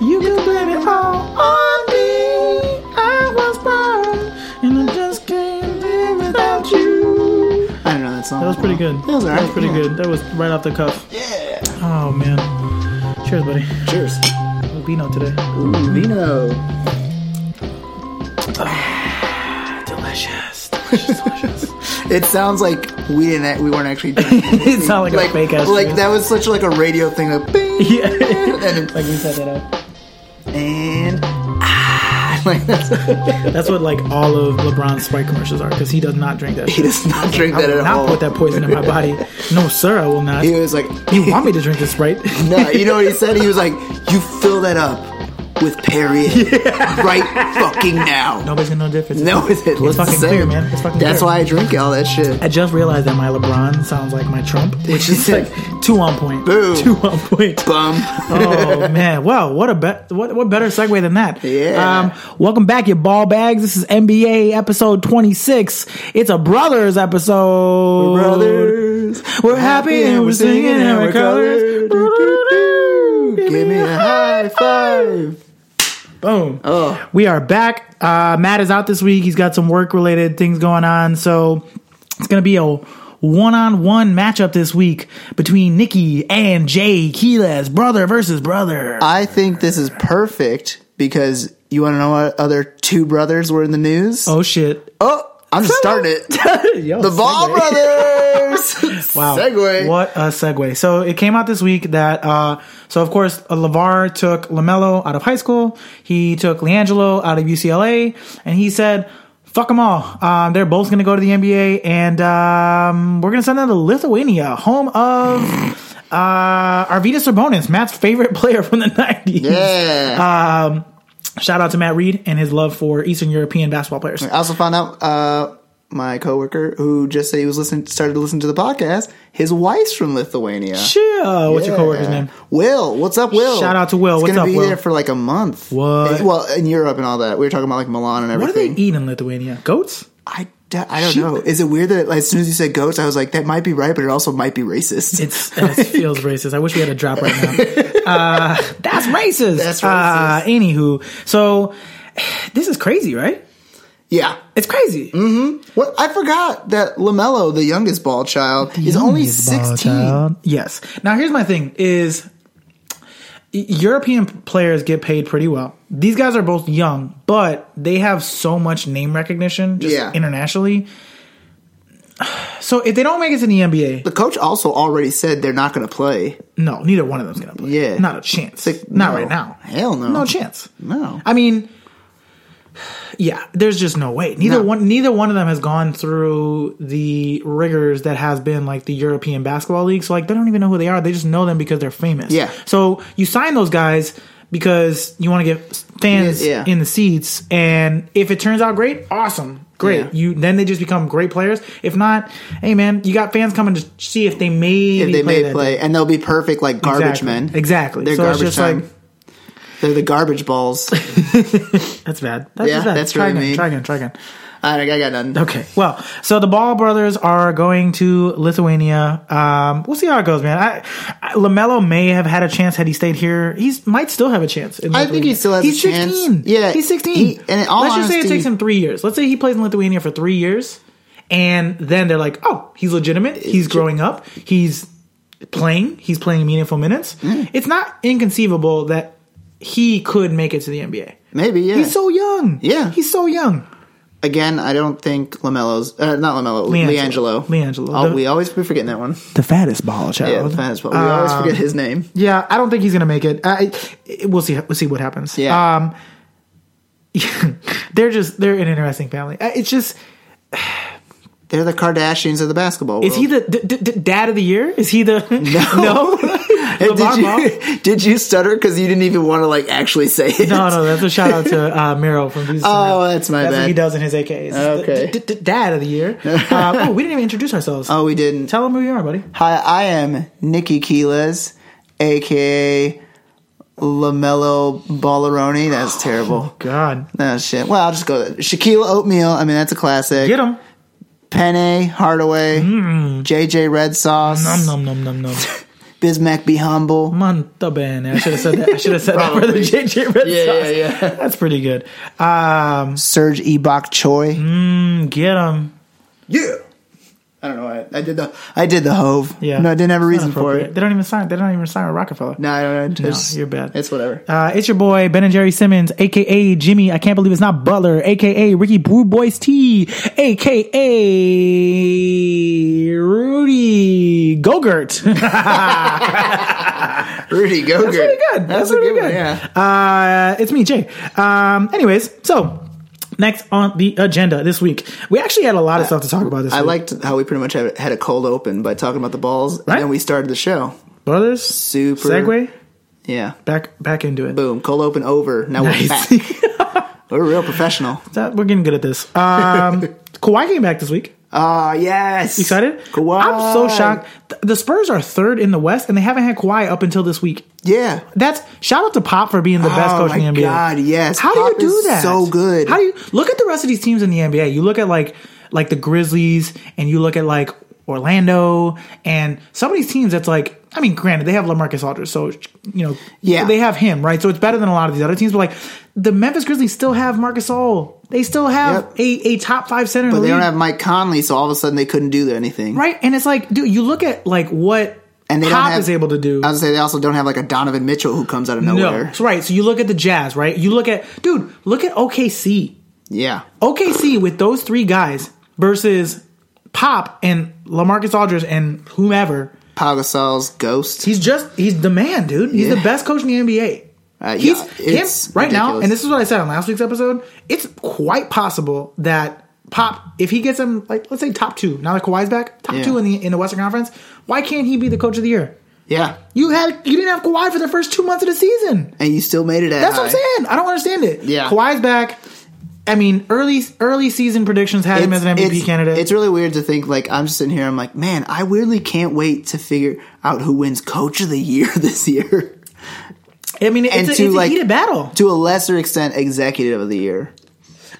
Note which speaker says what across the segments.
Speaker 1: You can blame it all on me. I was born, and I just can't live without you.
Speaker 2: I don't know that song.
Speaker 1: That was pretty good.
Speaker 2: That was, all
Speaker 1: That was
Speaker 2: right,
Speaker 1: pretty
Speaker 2: yeah.
Speaker 1: good. That was right off the cuff.
Speaker 2: Yeah.
Speaker 1: Oh man. Cheers, buddy.
Speaker 2: Cheers.
Speaker 1: Vino today.
Speaker 2: Ooh, vino.
Speaker 1: Delicious. Delicious. Delicious.
Speaker 2: It sounds like we didn't. We weren't actually. Drinking.
Speaker 1: it sounded like, a fake ass.
Speaker 2: Like that was such like a radio thing. Like, bing,
Speaker 1: Yeah.
Speaker 2: and,
Speaker 1: Like we set that up.
Speaker 2: and ah, like that's
Speaker 1: That's what like all of LeBron's Sprite commercials are because he does not drink that.
Speaker 2: he
Speaker 1: Shit.
Speaker 2: does not drink
Speaker 1: I
Speaker 2: that
Speaker 1: will
Speaker 2: at
Speaker 1: not
Speaker 2: all.
Speaker 1: put that poison in my body. No, sir, I will not.
Speaker 2: He
Speaker 1: You
Speaker 2: was like,
Speaker 1: want me to drink this Sprite?
Speaker 2: no, you know what he said? He was like, you fill that up with Perrier right fucking now.
Speaker 1: Nobody's gonna know the difference.
Speaker 2: No, is it?
Speaker 1: It's
Speaker 2: Let's
Speaker 1: fucking
Speaker 2: say
Speaker 1: clear,
Speaker 2: it.
Speaker 1: man. It's fucking
Speaker 2: That's
Speaker 1: clear.
Speaker 2: why I drink all that shit.
Speaker 1: I just realized that my LeBron sounds like my Trump, which is like two on point.
Speaker 2: Boom.
Speaker 1: Two on point.
Speaker 2: Bum.
Speaker 1: oh man! Wow, what a be- what what better segue than that?
Speaker 2: Yeah.
Speaker 1: Um, welcome back, you ball bags. This is NBA episode twenty six. It's a brothers episode.
Speaker 2: Brothers,
Speaker 1: We're happy and we're singing and we're colors.
Speaker 2: Give me a high five.
Speaker 1: Boom.
Speaker 2: Oh,
Speaker 1: We are back. Uh, Matt is out this week. He's got some work related things going on. So it's going to be a one on one matchup this week between Nikki and Jay Keelas, brother versus brother.
Speaker 2: I think this is perfect because you want to know what other two brothers were in the news?
Speaker 1: oh, shit.
Speaker 2: Oh, I'm just starting it.
Speaker 1: Yo,
Speaker 2: The Ball
Speaker 1: segue.
Speaker 2: Brothers.
Speaker 1: Wow.
Speaker 2: Segway.
Speaker 1: What a segue. So it came out this week that, uh, so of course, uh, LeVar took LaMelo out of high school. He took LiAngelo out of UCLA. And he said, fuck them all. Um, they're both going to go to the NBA. And um, we're going to send them to Lithuania, home of uh, Arvidas Sabonis, Matt's favorite player from the 90s. Uh,
Speaker 2: Yeah.
Speaker 1: Shout out to Matt Reed and his love for Eastern European basketball players.
Speaker 2: I also found out uh, my coworker who just said he was listening, started to listen to the podcast. His wife's from Lithuania.
Speaker 1: Chill. What's your coworker's
Speaker 2: Yeah.
Speaker 1: name?
Speaker 2: Will. What's up, Will?
Speaker 1: Shout out to Will.
Speaker 2: He's
Speaker 1: What's
Speaker 2: gonna
Speaker 1: up,
Speaker 2: be
Speaker 1: Will?
Speaker 2: there for like a month.
Speaker 1: What?
Speaker 2: Uh, Well, in Europe and all that. We were talking about like Milan and
Speaker 1: What do they
Speaker 2: everything.
Speaker 1: eat in Lithuania? Goats?
Speaker 2: I, d- I don't
Speaker 1: Sheep?
Speaker 2: know. Is it weird that like, as soon as you said goats, I was like, that might be right, but it also might be racist.
Speaker 1: It's, it feels racist. I wish we had a drop right now. Uh, that's racist.
Speaker 2: That's racist.
Speaker 1: Uh, anywho, so this is crazy, right?
Speaker 2: yeah.
Speaker 1: It's crazy.
Speaker 2: Mm-hmm. What I forgot that Lamelo, the youngest ball child, is only sixteen.
Speaker 1: Yes. Now here's my thing: is European players get paid pretty well. These guys are both young, but they have so much name recognition just
Speaker 2: Yeah.
Speaker 1: internationally. So if they don't make it to the NBA,
Speaker 2: The coach also already said they're not going to play.
Speaker 1: no, neither one of them's gonna play.
Speaker 2: Yeah.
Speaker 1: not a chance.
Speaker 2: Like,
Speaker 1: not
Speaker 2: no.
Speaker 1: right now.
Speaker 2: Hell no.
Speaker 1: no chance.
Speaker 2: No.
Speaker 1: I mean, yeah, there's just no way. Neither
Speaker 2: No.
Speaker 1: one, neither one of them has gone through the rigors that has been like the European Basketball League. So like, they don't even know who they are. They just know them because they're famous.
Speaker 2: Yeah.
Speaker 1: So you sign those guys because you want to get fans
Speaker 2: Yeah, yeah.
Speaker 1: in the seats, and if it turns out great, awesome. Great,
Speaker 2: Yeah.
Speaker 1: you then they just become great players. If not, hey man, you got fans coming to see if they may
Speaker 2: If they may
Speaker 1: that
Speaker 2: play, and they'll be perfect like garbage
Speaker 1: Exactly.
Speaker 2: men.
Speaker 1: Exactly.
Speaker 2: They're
Speaker 1: So it's
Speaker 2: garbage
Speaker 1: just
Speaker 2: time.
Speaker 1: like-
Speaker 2: they're the garbage balls.
Speaker 1: That's bad. That's
Speaker 2: Yeah,
Speaker 1: just bad.
Speaker 2: that's
Speaker 1: try
Speaker 2: really
Speaker 1: again,
Speaker 2: mean.
Speaker 1: Try again. Try again.
Speaker 2: I, I got nothing.
Speaker 1: Okay. Well, so the Ball brothers are going to Lithuania. Um, we'll see how it goes, man. I, I, Lamelo may have had a chance had he stayed here. He's might still have a chance. in
Speaker 2: I think he
Speaker 1: Lithuania.
Speaker 2: still has a
Speaker 1: He's
Speaker 2: chance.
Speaker 1: 16.
Speaker 2: Yeah,
Speaker 1: he's sixteen.
Speaker 2: he- and in all
Speaker 1: Let's just say it
Speaker 2: honesty-
Speaker 1: takes him three years. Let's say he plays in Lithuania for three years, and then they're like, "Oh, he's legitimate. He's growing up. He's playing. He's playing meaningful minutes."
Speaker 2: Mm.
Speaker 1: It's not inconceivable that he could make it to the NBA.
Speaker 2: Maybe yeah.
Speaker 1: He's so young.
Speaker 2: Yeah.
Speaker 1: he's so young.
Speaker 2: Again, I don't think Lamelo's uh, not Lamelo,
Speaker 1: Liangelo.
Speaker 2: Liangelo.
Speaker 1: Liangelo.
Speaker 2: Oh,
Speaker 1: The-
Speaker 2: we always be forgetting that one.
Speaker 1: The fattest ball child.
Speaker 2: Yeah, the fans, but we always forget his name.
Speaker 1: Yeah, I don't think he's gonna make it. I, I- we'll see. We'll see what happens.
Speaker 2: Yeah.
Speaker 1: Um, they're just they're an interesting family. Uh, It's just
Speaker 2: They're the Kardashians of the basketball. World.
Speaker 1: is he the d- d- d- dad of the year? Is he the no?
Speaker 2: Hey,
Speaker 1: LeVar
Speaker 2: did
Speaker 1: Ball?
Speaker 2: you did you stutter because you didn't even want to like actually say it?
Speaker 1: No, no, that's a shout out to uh, Miro from Jesus. and
Speaker 2: Oh,
Speaker 1: Mero.
Speaker 2: that's my
Speaker 1: That's what he
Speaker 2: bad.
Speaker 1: does in his AKAs.
Speaker 2: Okay.
Speaker 1: D- d- d- dad of the year. Uh, oh, we didn't even introduce ourselves.
Speaker 2: Oh, we didn't.
Speaker 1: Tell him who you are, buddy.
Speaker 2: Hi, I am Nikki Keelas, aka Lamelo Balleroni. That's terrible.
Speaker 1: God,
Speaker 2: Oh shit. Well, I'll just go. Shaquille Oatmeal. I mean, that's a classic.
Speaker 1: get him. Mm.
Speaker 2: Penny Hardaway. JJ Red Sauce.
Speaker 1: Nom nom nom nom nom.
Speaker 2: Bismack be humble.
Speaker 1: Montalban. I should have said that. I should have said that for the
Speaker 2: Probably.
Speaker 1: JJ Red
Speaker 2: Yeah,
Speaker 1: Sox.
Speaker 2: yeah, yeah.
Speaker 1: That's pretty good. Um, mm,
Speaker 2: Serge Ebok Choi.
Speaker 1: Mm-hmm. get him.
Speaker 2: Yeah. I don't know. I, I did the I did the Hove.
Speaker 1: Yeah.
Speaker 2: No, I didn't have a
Speaker 1: It's
Speaker 2: reason
Speaker 1: not
Speaker 2: for
Speaker 1: appropriate.
Speaker 2: it.
Speaker 1: They don't even sign. They don't even sign with Rockefeller.
Speaker 2: No, I don't.
Speaker 1: No,
Speaker 2: know. It's,
Speaker 1: you're bad.
Speaker 2: It's whatever.
Speaker 1: Uh, it's your boy Ben and Jerry Simmons, aka Jimmy. I can't believe it's not Butler, aka Ricky Blue Boys T, aka Rudy Gogurt. pretty
Speaker 2: Rudy Gogurt. That's
Speaker 1: good. That's, pretty good.
Speaker 2: Yeah.
Speaker 1: Uh, it's me, Jay. Um, anyways, so next on the agenda this week, we actually had a lot of stuff to talk about this
Speaker 2: Uh, I
Speaker 1: week.
Speaker 2: liked how we pretty much had had a cold open by talking about the balls,
Speaker 1: Right.
Speaker 2: and then we started the show.
Speaker 1: brothers.
Speaker 2: Super-
Speaker 1: segue
Speaker 2: Yeah.
Speaker 1: back back into it.
Speaker 2: Boom. Cold open over. Now we're
Speaker 1: Nice.
Speaker 2: back. We're real professional.
Speaker 1: That- we're getting good at this. Um, Kawhi came back this week.
Speaker 2: Ah, yes.
Speaker 1: Excited?
Speaker 2: Kawhi.
Speaker 1: I'm so shocked. Th- The Spurs are third in the West, and they haven't had Kawhi up until this week.
Speaker 2: Yeah.
Speaker 1: That's shout out to Pop for being the best
Speaker 2: Oh
Speaker 1: coach
Speaker 2: my
Speaker 1: in the NBA.
Speaker 2: God, yes.
Speaker 1: How
Speaker 2: Pop
Speaker 1: do you do
Speaker 2: is
Speaker 1: that?
Speaker 2: so good.
Speaker 1: How do you look at the rest of these teams in the NBA? You look at like like the Grizzlies, and you look at like Orlando, and some of these teams. That's like, I mean, granted, they have LaMarcus Aldridge, so you know,
Speaker 2: Yeah.
Speaker 1: they have him, right? So it's better than a lot of these other teams. But like the Memphis Grizzlies still have Marcus All. They still have
Speaker 2: Yep.
Speaker 1: a, a top five center. in
Speaker 2: But
Speaker 1: the
Speaker 2: they don't
Speaker 1: league,
Speaker 2: have Mike Conley, so all of a sudden they couldn't do anything.
Speaker 1: right, and it's like, dude, you look at like what
Speaker 2: And they
Speaker 1: Pop
Speaker 2: don't have,
Speaker 1: is able to do.
Speaker 2: I was gonna say they also don't have like a Donovan Mitchell who comes out of
Speaker 1: No,
Speaker 2: nowhere.
Speaker 1: that's right. So you look at the Jazz, right? You look at dude, look at OKC.
Speaker 2: Yeah.
Speaker 1: OKC with those three guys versus Pop and LaMarcus Aldridge and whomever.
Speaker 2: Pau Gasol's ghost. Uh,
Speaker 1: He's just he's the man, dude. He's the
Speaker 2: Yeah.
Speaker 1: best coach in the NBA.
Speaker 2: Uh,
Speaker 1: he's
Speaker 2: yeah,
Speaker 1: him
Speaker 2: it's
Speaker 1: right now,
Speaker 2: ridiculous.
Speaker 1: and this is what I said on last week's episode. It's quite possible that Pop, if he gets him like let's say top two, now that Kawhi's back, top
Speaker 2: Yeah.
Speaker 1: two in the in the Western Conference, why can't he be the coach of the year?
Speaker 2: Yeah.
Speaker 1: You had you didn't have Kawhi for the first two months of the season.
Speaker 2: And you still made it at
Speaker 1: That's
Speaker 2: high.
Speaker 1: what I'm saying. I don't understand it.
Speaker 2: Yeah.
Speaker 1: Kawhi's back. I mean, early early season predictions had him as an MVP
Speaker 2: it's,
Speaker 1: candidate.
Speaker 2: It's really weird to think like I'm just sitting here. I'm like, man, I weirdly can't wait to figure out who wins Coach of the Year this year.
Speaker 1: I mean, it's,
Speaker 2: and
Speaker 1: a,
Speaker 2: to,
Speaker 1: it's
Speaker 2: like-
Speaker 1: a heated battle.
Speaker 2: to a lesser extent, Executive of the Year.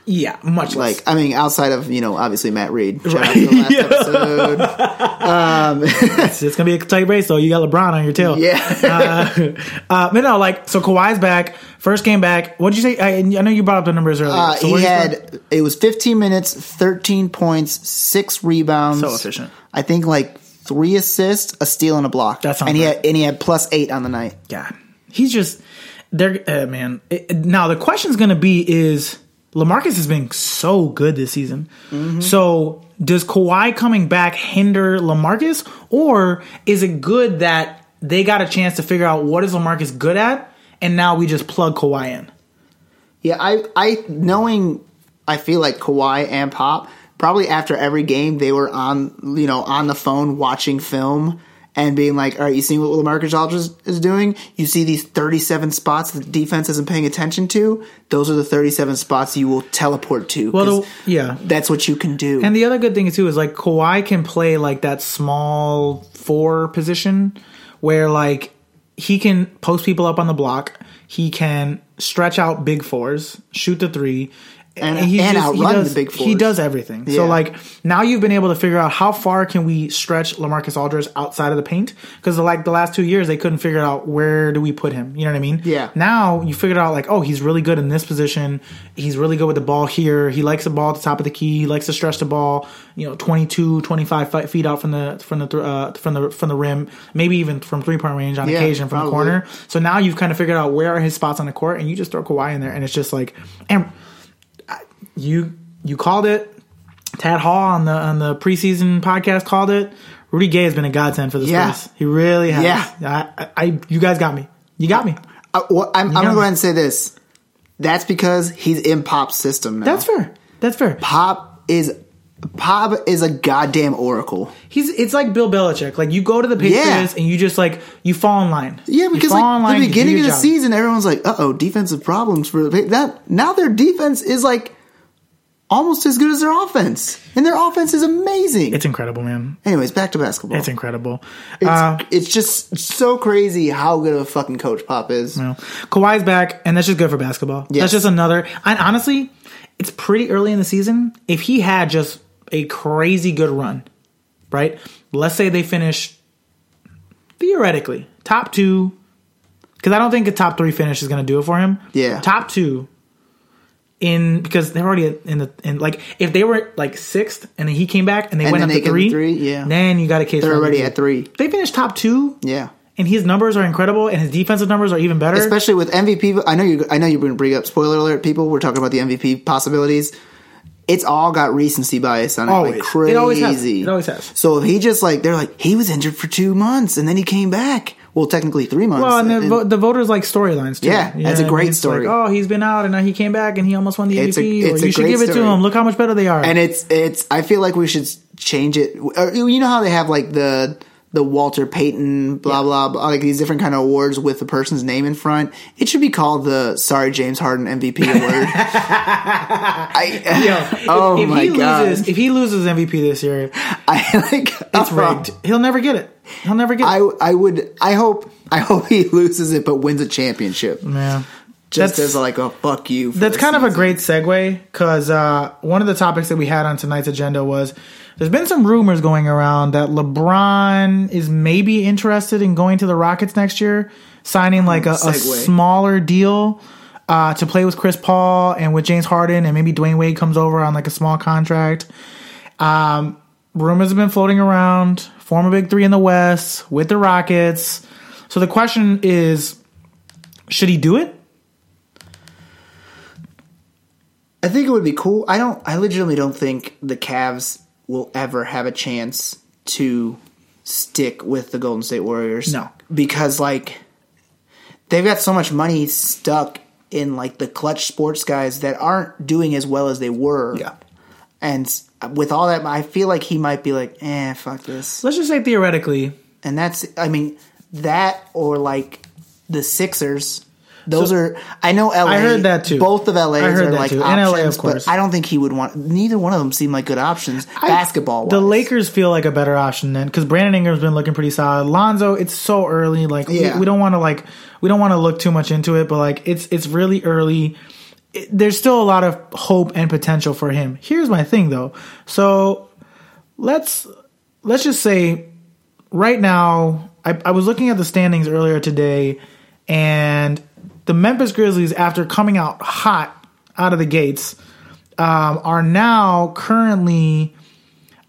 Speaker 1: Yeah, much less.
Speaker 2: Like, I mean, outside of you know, obviously Matt Reed. Shout out to the last episode.
Speaker 1: it's, it's gonna be a tight race though. You got LeBron on your tail.
Speaker 2: Yeah,
Speaker 1: Uh, uh, but no, like so Kawhi's back. First came back. What did you say? I, I know you brought up the numbers earlier.
Speaker 2: uh,
Speaker 1: So what
Speaker 2: he
Speaker 1: did you say?
Speaker 2: had it was 15 minutes, 13 points, six rebounds.
Speaker 1: So efficient.
Speaker 2: I think like three assists, a steal, and a block.
Speaker 1: That sounds
Speaker 2: and he
Speaker 1: right.
Speaker 2: had and he had plus eight on the night.
Speaker 1: Yeah, he's just they're uh, man. It- now the question's going to be: Is Lamarcus has been so good this season?
Speaker 2: Mm-hmm.
Speaker 1: So does Kawhi coming back hinder Lamarcus, or is it good that they got a chance to figure out what is Lamarcus good at, and now we just plug Kawhi in?
Speaker 2: Yeah, I I knowing I feel like Kawhi and Pop probably after every game they were on you know on the phone watching film and being like, all right, you see what Lamarcus Aldridge is- is doing? You see these thirty-seven spots the defense isn't paying attention to. Those are the thirty-seven spots you will teleport to.
Speaker 1: Well,
Speaker 2: 'cause
Speaker 1: the- yeah.
Speaker 2: that's what you can do.
Speaker 1: And the other good thing too is like Kawhi can play like that small four position where like he can post people up on the block, he can stretch out big fours, shoot the three,
Speaker 2: And-
Speaker 1: he's
Speaker 2: and outrun
Speaker 1: does,
Speaker 2: the big
Speaker 1: He
Speaker 2: fours.
Speaker 1: does everything. So
Speaker 2: Yeah.
Speaker 1: like now you've been able to figure out how far can we stretch Lamarcus Aldridge outside of the paint because like the last two years they couldn't figure out where do we put him. You know what I mean?
Speaker 2: Yeah.
Speaker 1: Now you figured out like, oh, he's really good in this position. He's really good with the ball here. He likes the ball at the top of the key. He likes to stretch the ball, you know, 22, 25 fi- feet out from the from the th- uh, from the from the rim, maybe even from three point range on
Speaker 2: Yeah,
Speaker 1: occasion from the
Speaker 2: probably.
Speaker 1: corner. So now you've kind of figured out where are his spots on the court, and you just throw Kawhi in there, and it's just like, and I- you you called it. Tad Hall on the on the preseason podcast called it. Rudy Gay has been a godsend for this
Speaker 2: Yeah.
Speaker 1: place. He really has.
Speaker 2: Yeah.
Speaker 1: I, I, I you guys got me. You got me.
Speaker 2: I, Uh, well, I'm, I'm
Speaker 1: Yeah.
Speaker 2: gonna go ahead and say this. That's because he's in Pop's system now.
Speaker 1: That's fair. That's fair.
Speaker 2: Pop is Pop is a goddamn oracle.
Speaker 1: He's it's like Bill Belichick. Like you go to the Patriots
Speaker 2: Yeah.
Speaker 1: and you just like you fall in line.
Speaker 2: Yeah,
Speaker 1: You
Speaker 2: because
Speaker 1: fall in
Speaker 2: like
Speaker 1: line,
Speaker 2: the
Speaker 1: you do
Speaker 2: beginning
Speaker 1: your
Speaker 2: of the
Speaker 1: job.
Speaker 2: season, everyone's like, "Uh oh, defensive problems for the that." Now their defense is like almost as good as their offense, and their offense is amazing.
Speaker 1: it's incredible, man.
Speaker 2: Anyways, back to basketball.
Speaker 1: It's
Speaker 2: It's,
Speaker 1: incredible. Uh,
Speaker 2: it's just so crazy how good of a fucking coach Pop is.
Speaker 1: you know, Kawhi's back, and that's just good for basketball.
Speaker 2: Yes.
Speaker 1: That's just another. And honestly, it's pretty early in the season. If he had just a crazy good run, right? Let's say they finish theoretically top two, because I don't think a top three finish is going to do it for him.
Speaker 2: Yeah.
Speaker 1: top two in because they're already in the in like if they were like sixth and then he came back and they
Speaker 2: And
Speaker 1: went
Speaker 2: then
Speaker 1: up
Speaker 2: they
Speaker 1: to
Speaker 2: get
Speaker 1: three,
Speaker 2: three, yeah.
Speaker 1: then you got a case.
Speaker 2: They're
Speaker 1: for him.
Speaker 2: already at three.
Speaker 1: They finished top two,
Speaker 2: Yeah.
Speaker 1: and his numbers are incredible, and his defensive numbers are even better.
Speaker 2: Especially with MVP, I know you. I know you're going to bring up spoiler alert. People, we're talking about the MVP possibilities. It's all got recency bias on it, like
Speaker 1: Always.
Speaker 2: crazy.
Speaker 1: It always has. It always has.
Speaker 2: So if he just like they're like he was injured for two months and then he came back. Well, technically three months.
Speaker 1: Well, Oh, and the,
Speaker 2: And-
Speaker 1: vo- the voters like storylines too.
Speaker 2: Yeah,
Speaker 1: You
Speaker 2: that's a
Speaker 1: know what I
Speaker 2: great
Speaker 1: mean? It's like,
Speaker 2: story.
Speaker 1: oh, he's been out and now he came back and he almost won the
Speaker 2: It's a-
Speaker 1: MVP. or
Speaker 2: it's a
Speaker 1: you should
Speaker 2: great
Speaker 1: give it to
Speaker 2: story.
Speaker 1: him. Look how much better they are.
Speaker 2: and it's it's i feel like we should change it Or, you know how they have like the the walter payton blah blah blah like these different kind of awards with the person's name in front it should be called the sorry james harden mvp award I,
Speaker 1: Yo, if-
Speaker 2: Oh
Speaker 1: if
Speaker 2: my
Speaker 1: he
Speaker 2: God.
Speaker 1: loses, if he loses MVP this year,
Speaker 2: I like uh,
Speaker 1: it's rigged. He'll never get it. He'll never get
Speaker 2: i
Speaker 1: it.
Speaker 2: i would i hope i hope he loses it but wins a championship
Speaker 1: Yeah.
Speaker 2: just
Speaker 1: That's-
Speaker 2: as like a fuck you for
Speaker 1: That's
Speaker 2: the
Speaker 1: kind of a
Speaker 2: season.
Speaker 1: great segue because uh, one of the topics that we had on tonight's agenda was there's been some rumors going around that LeBron is maybe interested in going to the Rockets next year, signing like a, a
Speaker 2: Segue.
Speaker 1: smaller deal uh, to play with Chris Paul and with James Harden, and maybe Dwayne Wade comes over on like a small contract. Um, rumors have been floating around. Form a big three in the West with the Rockets. So the question is, should he do it?
Speaker 2: I think it would be cool. I don't. I legitimately don't think the Cavs will ever have a chance to stick with the Golden State Warriors.
Speaker 1: No.
Speaker 2: because like they've got so much money stuck in like the clutch sports guys that aren't doing as well as they were. and s- with all that, I feel like he might be like, eh, fuck this.
Speaker 1: Let's just say theoretically,
Speaker 2: And that's. I mean, that or like the Sixers. Those
Speaker 1: So-
Speaker 2: are I know LA.
Speaker 1: I heard that too.
Speaker 2: Both of LA's
Speaker 1: I heard
Speaker 2: are
Speaker 1: that
Speaker 2: like
Speaker 1: too. And
Speaker 2: options,
Speaker 1: LA, of course.
Speaker 2: but I don't think he would want. Neither one of them seem like good options basketball.
Speaker 1: The Lakers feel like a better option then because Brandon Ingram's been looking pretty solid. Lonzo, it's so early. Like we-
Speaker 2: Yeah.
Speaker 1: we, don't want to like we don't want to look too much into it, but like it's it's really early. It, there's still a lot of hope and potential for him. Here's my thing though. So let's let's just say right now I, I was looking at the standings earlier today and the memphis grizzlies after coming out hot out of the gates um, are now currently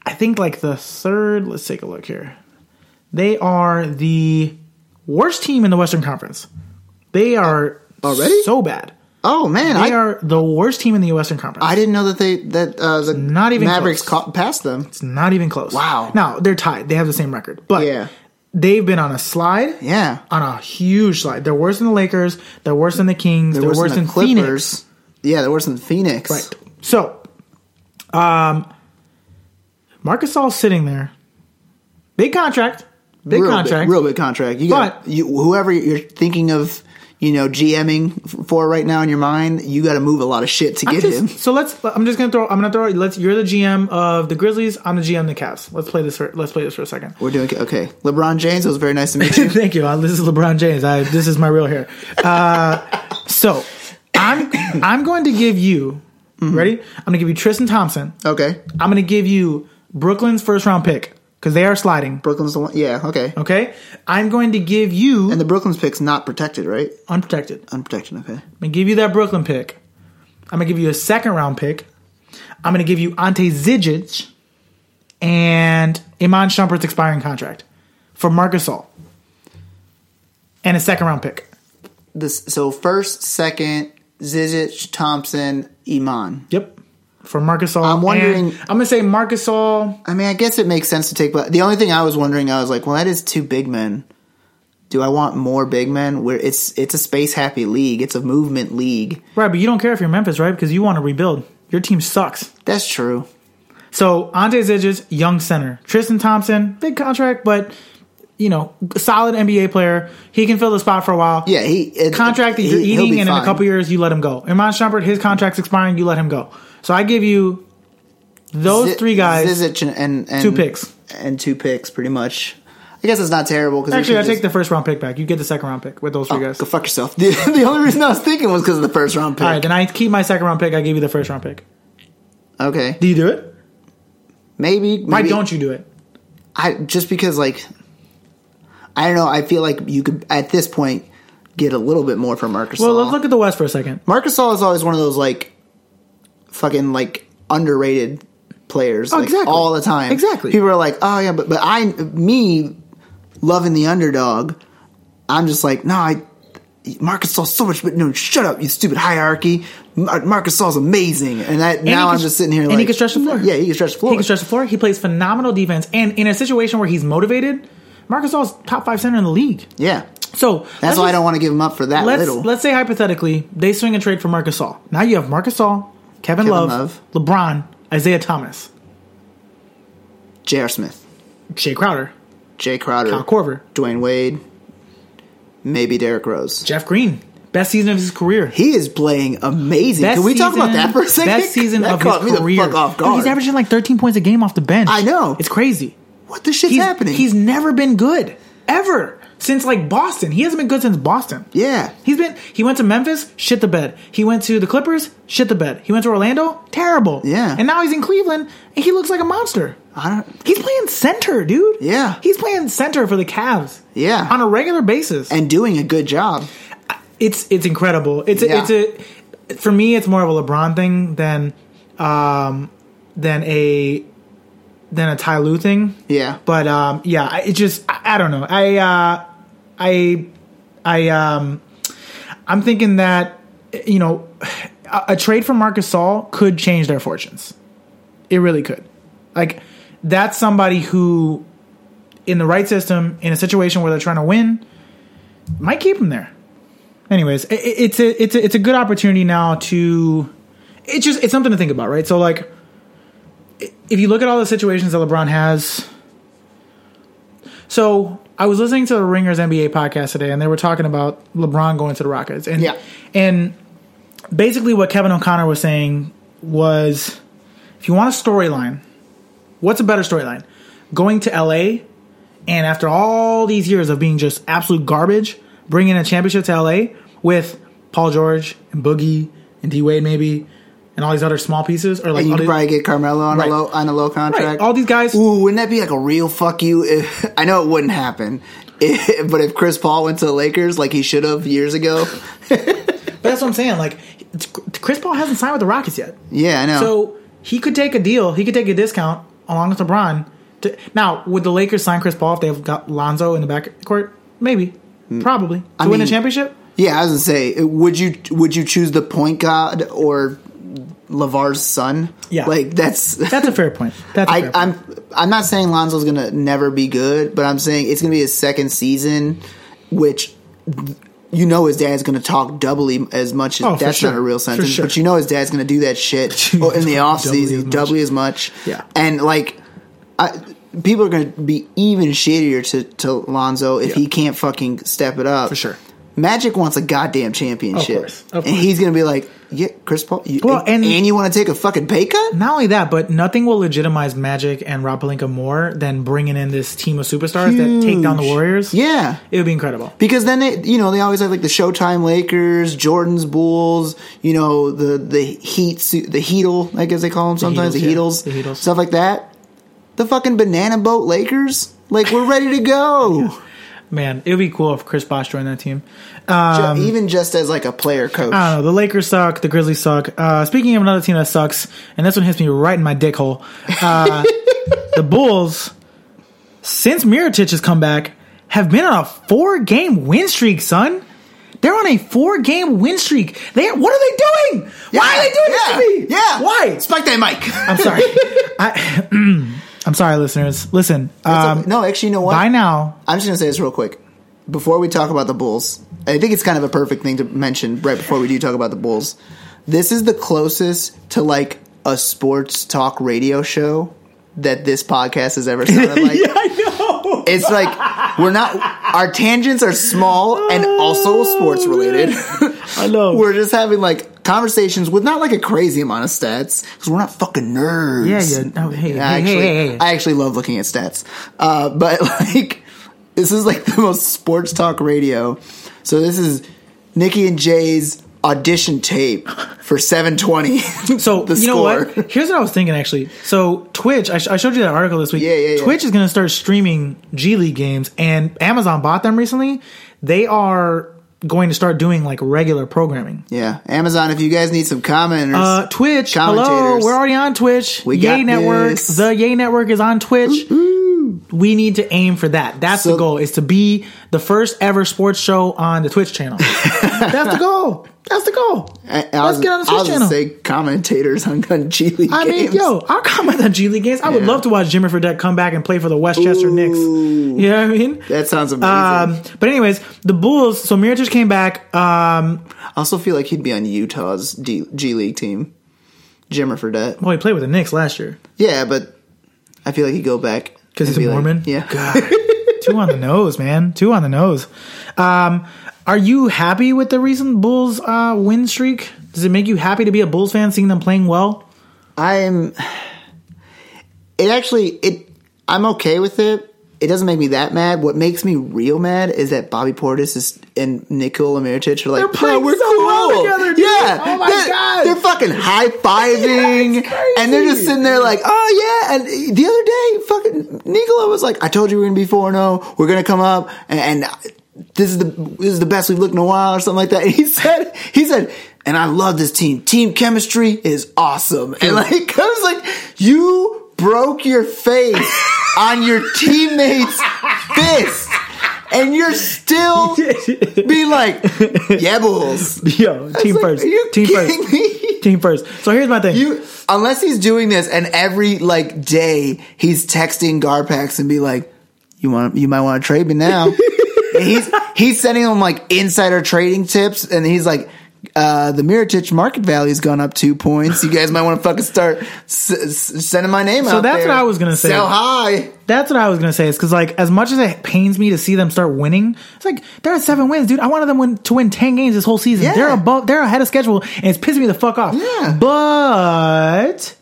Speaker 1: i think like the third let's take a look here they are the worst team in the western conference they are
Speaker 2: Already?
Speaker 1: so bad
Speaker 2: Oh man,
Speaker 1: they
Speaker 2: I,
Speaker 1: are the worst team in the western conference
Speaker 2: I didn't know that they that uh, the
Speaker 1: Not even
Speaker 2: Mavericks
Speaker 1: close.
Speaker 2: caught, passed them.
Speaker 1: It's not even close.
Speaker 2: Wow.
Speaker 1: Now they're tied. They have the same record, but
Speaker 2: Yeah.
Speaker 1: they've been on a slide.
Speaker 2: Yeah,
Speaker 1: On a huge slide. They're worse than the Lakers. They're worse than the Kings. They're,
Speaker 2: They're
Speaker 1: worse,
Speaker 2: the
Speaker 1: than Phoenix.
Speaker 2: Yeah, they're worse than Phoenix.
Speaker 1: Right. So, um, Marcus All sitting there. Big contract. Big
Speaker 2: real
Speaker 1: contract.
Speaker 2: Big, real big contract. You got
Speaker 1: But-
Speaker 2: you, whoever you're thinking of, you know, GMing f- for right now in your mind, you got to move a lot of shit to
Speaker 1: I'm
Speaker 2: get
Speaker 1: just-
Speaker 2: him.
Speaker 1: So let's. I'm just gonna throw. I'm gonna throw. Let's. You're the GM of the Grizzlies. I'm the GM of the Cavs. Let's play this for. Let's play this for a second.
Speaker 2: We're doing okay. LeBron James, it was very nice to meet you.
Speaker 1: Thank you. Uh, This is LeBron James. I, this is my real hair. Uh, so I'm I'm going to give you
Speaker 2: Mm-hmm.
Speaker 1: ready. I'm going to give you Tristan Thompson.
Speaker 2: Okay,
Speaker 1: I'm going to give you Brooklyn's first round pick because they are sliding.
Speaker 2: Brooklyn's the one. Yeah, okay.
Speaker 1: Okay, I'm going to give you
Speaker 2: And the Brooklyn's pick's not protected, right?
Speaker 1: unprotected.
Speaker 2: Unprotected. Okay.
Speaker 1: I'm going to give you that Brooklyn pick. I'm going to give you a second round pick. I'm going to give you Ante Zizic and Iman Shumpert's expiring contract for Marcus All and a second round pick.
Speaker 2: This so first, second, Zizic, Thompson, Iman.
Speaker 1: Yep. For Marcus All.
Speaker 2: I'm wondering-
Speaker 1: And I'm going to say Marcus All.
Speaker 2: I mean, I guess it makes sense to take, but the only thing I was wondering, I was like, well, that is two big men. Do I want more big men? Where it's it's a space happy league, it's a movement league.
Speaker 1: Right, but you don't care if you're Memphis, right? Because you want to rebuild. Your team sucks.
Speaker 2: That's true.
Speaker 1: So, Ante Zizic, young center. Tristan Thompson, big contract, but, you know, solid NBA player. He can fill the spot for a while.
Speaker 2: Yeah, he it,
Speaker 1: Contract that you're
Speaker 2: he- he'll be
Speaker 1: eating, and in a
Speaker 2: fine.
Speaker 1: couple years, you let him go. Iman Shumpert, his contract's expiring, you let him go. So, I give you those
Speaker 2: Zi-
Speaker 1: three guys.
Speaker 2: Zizic and, and, and
Speaker 1: Two picks.
Speaker 2: and two picks, pretty much. I guess it's not terrible because
Speaker 1: Actually, I take the first round pick back. You get the second round pick with those three guys.
Speaker 2: Oh, Go fuck yourself. The, the only reason I was thinking was because of the first round pick.
Speaker 1: All right, then I keep my second round pick. I give you the first round pick.
Speaker 2: Okay,
Speaker 1: Do you do it?
Speaker 2: maybe, maybe
Speaker 1: Why don't you do it?
Speaker 2: I just because like I don't know. I feel like you could at this point get a little bit more from Marcus.
Speaker 1: Well, let's look at the West for a second.
Speaker 2: Marcus All is always one of those like fucking like underrated players
Speaker 1: Oh,
Speaker 2: like,
Speaker 1: exactly.
Speaker 2: all the time.
Speaker 1: Exactly.
Speaker 2: People are like, "Oh yeah, but but I me loving the underdog, I'm just like, "No, I Marcus All's so much but no, shut up, you stupid hierarchy. Mar- Marcus All's amazing." And that
Speaker 1: he
Speaker 2: now
Speaker 1: can-
Speaker 2: I'm just sitting here
Speaker 1: and
Speaker 2: like
Speaker 1: he can stretch the floor.
Speaker 2: Yeah, he can stretch the floor.
Speaker 1: He can stretch the floor. He plays phenomenal defense, and in a situation where he's motivated, Marcus All's top five center in the league.
Speaker 2: yeah.
Speaker 1: So
Speaker 2: That's
Speaker 1: let's
Speaker 2: why I
Speaker 1: just-
Speaker 2: don't want to give him up for that
Speaker 1: Let's
Speaker 2: little.
Speaker 1: let's say hypothetically they swing a trade for Marcus All. Now you have Marcus All, Kevin,
Speaker 2: Kevin
Speaker 1: Love,
Speaker 2: Love.
Speaker 1: LeBron, Isaiah Thomas,
Speaker 2: J.R. Smith,
Speaker 1: Jay Crowder,
Speaker 2: Jay Crowder,
Speaker 1: Kyle Corver,
Speaker 2: Dwayne Wade, maybe Derrick Rose.
Speaker 1: Jeff Green. Best season of his career.
Speaker 2: He is playing amazing.
Speaker 1: Best
Speaker 2: Can we talk
Speaker 1: season-
Speaker 2: about that for a second?
Speaker 1: Best season
Speaker 2: That
Speaker 1: of
Speaker 2: caught
Speaker 1: his
Speaker 2: me
Speaker 1: career.
Speaker 2: The fuck off
Speaker 1: Dude,
Speaker 2: guard.
Speaker 1: he's averaging like 13 points a game off the bench.
Speaker 2: I know.
Speaker 1: It's crazy.
Speaker 2: what the shit's
Speaker 1: He's,
Speaker 2: happening?
Speaker 1: he's never been good ever since like Boston. He hasn't been good since Boston.
Speaker 2: yeah.
Speaker 1: He's been he went to Memphis, shit the bed. He went to the Clippers, shit the bed. He went to Orlando, terrible.
Speaker 2: Yeah.
Speaker 1: And now he's in Cleveland and he looks like a monster.
Speaker 2: I don't.
Speaker 1: He's playing center, dude.
Speaker 2: Yeah.
Speaker 1: He's playing center for the Cavs.
Speaker 2: Yeah.
Speaker 1: On a regular basis.
Speaker 2: And doing a good job.
Speaker 1: it's it's incredible. It's a,
Speaker 2: Yeah.
Speaker 1: it's a for me it's more of a LeBron thing than um than a than a Ty Lue thing.
Speaker 2: Yeah.
Speaker 1: But um yeah, I- it just I, I don't know. I uh I I um I'm thinking that you know a, a trade for Marcus Saul could change their fortunes. It really could. Like that's somebody who in the right system in a situation where they're trying to win might keep him there. Anyways, i i- it's a it's a, it's a good opportunity now to it's just it's something to think about, right? So like i- if you look at all the situations that LeBron has so I was listening to the Ringers NBA podcast today and they were talking about LeBron going to the Rockets and
Speaker 2: Yeah.
Speaker 1: and basically what Kevin O'Connor was saying was if you want a storyline, what's a better storyline? Going to LA and after all these years of being just absolute garbage, bringing a championship to LA with Paul George and Boogie and D Wade maybe, and all these other small pieces, or like
Speaker 2: And you
Speaker 1: all
Speaker 2: could
Speaker 1: these,
Speaker 2: probably get Carmelo on
Speaker 1: Right.
Speaker 2: a low on a low
Speaker 1: right,
Speaker 2: contract.
Speaker 1: all these guys.
Speaker 2: Ooh, wouldn't that be like a real fuck you? If, I know it wouldn't happen, If- but if Chris Paul went to the Lakers like he should have years ago,
Speaker 1: But that's what I'm saying. Like it's- Chris Paul hasn't signed with the Rockets yet,
Speaker 2: yeah, I know.
Speaker 1: so he could take a deal. He could take a discount along with LeBron. To, now, would the Lakers sign Chris Paul if they've got Lonzo in the backcourt? Maybe, probably to win a
Speaker 2: Mm. mean-
Speaker 1: championship.
Speaker 2: Yeah, I was gonna say, would you would you choose the point guard or Lavar's son?
Speaker 1: Yeah.
Speaker 2: like that's.
Speaker 1: That's a fair point. That's a
Speaker 2: I,
Speaker 1: fair point.
Speaker 2: I'm I'm not saying Lonzo's gonna never be good, but I'm saying it's gonna be his second season, which you know his dad's gonna talk doubly as much. as
Speaker 1: Oh, for
Speaker 2: That's
Speaker 1: sure.
Speaker 2: not a real
Speaker 1: For
Speaker 2: sentence,
Speaker 1: sure.
Speaker 2: but you know his dad's gonna do that shit
Speaker 1: Dude,
Speaker 2: oh, in the
Speaker 1: talk
Speaker 2: off
Speaker 1: doubly as
Speaker 2: season,
Speaker 1: much.
Speaker 2: doubly as much.
Speaker 1: Yeah.
Speaker 2: and like. I, people are going to be even shittier to, to Lonzo if
Speaker 1: Yeah.
Speaker 2: he can't fucking step it up.
Speaker 1: For sure.
Speaker 2: Magic wants a goddamn championship,
Speaker 1: Of course, of
Speaker 2: and
Speaker 1: course.
Speaker 2: he's going to be like, "Yeah, Chris Paul, you,
Speaker 1: Well,
Speaker 2: and,
Speaker 1: and-
Speaker 2: and you want to take a fucking pay cut?
Speaker 1: Not only that, but nothing will legitimize Magic and Rob Pelinka more than bringing in this team of superstars that take down the
Speaker 2: Huge.
Speaker 1: Warriors.
Speaker 2: Yeah,
Speaker 1: It would be incredible.
Speaker 2: because then they, you know, they always have like the Showtime Lakers, Jordan's Bulls, you know, the the Heat, su- the Heatle, I guess they call them sometimes, the
Speaker 1: Heatles,
Speaker 2: Heatles,
Speaker 1: yeah. The Heatles.
Speaker 2: stuff like that. The fucking banana boat Lakers, like we're ready to go.
Speaker 1: Man, it would be cool if Chris Bosh joined that team.
Speaker 2: Ju-
Speaker 1: Um,
Speaker 2: even just as like a player coach,
Speaker 1: I don't know. Uh, The Lakers suck. The Grizzlies suck. Uh, speaking of another team that sucks, and this one hits me right in my dick hole. Uh, the Bulls, since Miritich has come back, have been on a four-game win streak, son. They're on a four-game win streak. They what are they doing? Why are they doing
Speaker 2: yeah,
Speaker 1: this to me?
Speaker 2: Yeah,
Speaker 1: Why?
Speaker 2: Spike that mic.
Speaker 1: I'm sorry. I, I'm sorry, listeners. Listen, um,
Speaker 2: no, actually, you know what?
Speaker 1: by now,
Speaker 2: I'm just gonna say this real quick before we talk about the Bulls. I think it's kind of a perfect thing to mention right before we do talk about the Bulls. This is the closest to like a sports talk radio show that this podcast has ever sounded like.
Speaker 1: I know.
Speaker 2: It's like we're not our tangents are small and also sports related.
Speaker 1: I know.
Speaker 2: we're just having like conversations with not like a crazy amount of stats because we're not fucking nerds.
Speaker 1: Yeah, yeah. No, hey, hey,
Speaker 2: I actually,
Speaker 1: hey, hey, hey.
Speaker 2: I actually love looking at stats. Uh, but like, this is like the most sports talk radio. So this is Nikki and Jay's audition tape for seven twenty.
Speaker 1: So you know what? Here's what I was thinking actually. So Twitch, I, sh- I showed you that article this week.
Speaker 2: Yeah, yeah, yeah.
Speaker 1: Twitch is going to start streaming G League games, and Amazon bought them recently. They are going to start doing like regular programming.
Speaker 2: Yeah, Amazon. If you guys need some commenters,
Speaker 1: Uh, Twitch, hello,
Speaker 2: Commentators.
Speaker 1: we're already on Twitch.
Speaker 2: We
Speaker 1: Yay
Speaker 2: got
Speaker 1: Network,
Speaker 2: this.
Speaker 1: the Yay Network is on Twitch. We need to aim for that. That's the
Speaker 2: So-
Speaker 1: goal: is to be the first ever sports show on the Twitch channel. That's the goal. That's the goal.
Speaker 2: I, I
Speaker 1: Let's
Speaker 2: was,
Speaker 1: get on the Twitch
Speaker 2: I was
Speaker 1: channel.
Speaker 2: gonna say commentators on Gun G League.
Speaker 1: I mean,
Speaker 2: games.
Speaker 1: yo, I'll comment on G League games. I would
Speaker 2: Yeah.
Speaker 1: love to watch Jimmy Fredette come back and play for the Westchester Knicks. You know what I mean?
Speaker 2: that sounds amazing.
Speaker 1: Um, but anyways, the Bulls. So Miritich came back. Um,
Speaker 2: I also feel like he'd be on Utah's D, G League team, Jimmer Fredette.
Speaker 1: well, he played with the Knicks last year
Speaker 2: Yeah, but I feel like he'd go back
Speaker 1: because he's
Speaker 2: and
Speaker 1: a
Speaker 2: be like-
Speaker 1: Mormon.
Speaker 2: yeah,
Speaker 1: God, two on the nose, man. Two on the nose. Um, are you happy with the recent Bulls uh, win streak? Does it make you happy to be a Bulls fan, seeing them playing well?
Speaker 2: I'm. It actually it. I'm okay with it. It doesn't make me that mad. What makes me real mad is that Bobby Portis is and Nikola Mirotic are like,
Speaker 1: They're playing
Speaker 2: "No, we're
Speaker 1: so well
Speaker 2: cool.
Speaker 1: together, dude.
Speaker 2: yeah.
Speaker 1: Oh my
Speaker 2: they're,
Speaker 1: God.
Speaker 2: They're fucking high fiving,
Speaker 1: Yeah, it's
Speaker 2: and they're just
Speaker 1: crazy.
Speaker 2: sitting there like, oh yeah. And the other day, fucking Nikola was like, I told you we are gonna be four zero. We're gonna come up, and, and this is the this is the best we've looked in a while, or something like that. And he said, he said. And I love this team. Team chemistry is awesome. And like, I was like, you broke your face on your teammates' fist, and you're still being like, yeah, bulls.
Speaker 1: Yo, team
Speaker 2: It's like,
Speaker 1: first.
Speaker 2: Are you
Speaker 1: Team
Speaker 2: kidding
Speaker 1: first.
Speaker 2: me?
Speaker 1: Team first. So here's my thing.
Speaker 2: You unless he's doing this and every like day he's texting Garpax and be like, You want you might want to trade me now. and he's he's sending him like insider trading tips and he's like uh, the Miritich market value's gone up two points. You guys might want to fucking start s- s- sending my name out.
Speaker 1: that's
Speaker 2: there.
Speaker 1: what I was gonna say.
Speaker 2: Sell high.
Speaker 1: That's what I was gonna say. Is because like as much as it pains me to see them start winning, it's like they're at seven wins, dude. I wanted them win, to win ten games this whole season.
Speaker 2: Yeah.
Speaker 1: They're above. They're ahead of schedule, and it's pissing me the fuck off.
Speaker 2: Yeah.
Speaker 1: But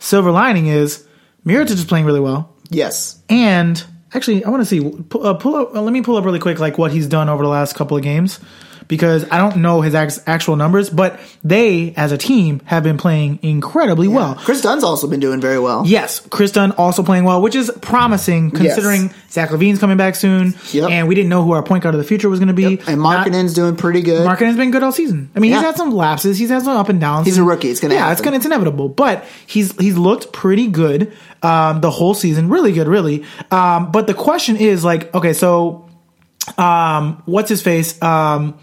Speaker 1: silver lining is Miritich is playing really well,
Speaker 2: Yes.
Speaker 1: and actually I want to see pull, uh, pull up. Uh, let me pull up really quick like what he's done over the last couple of games because I don't know his act- actual numbers, but they as a team have been playing incredibly well.
Speaker 2: Chris Dunn's also been doing very well.
Speaker 1: Yes, Chris Dunn also playing well, which is promising considering Zach Levine's coming back soon,
Speaker 2: Yep.
Speaker 1: and we didn't know who our point guard of the future was going to be.
Speaker 2: And Markkinen's doing pretty good.
Speaker 1: marketing has been good all season. I mean, he's
Speaker 2: Yeah.
Speaker 1: had some lapses, he's had some up and downs.
Speaker 2: He's a rookie. It's gonna
Speaker 1: yeah,
Speaker 2: happen.
Speaker 1: it's gonna it's inevitable. But he's he's looked pretty good um, the whole season, really good, really. Um, but the question is like, okay, so um, what's his face? Um,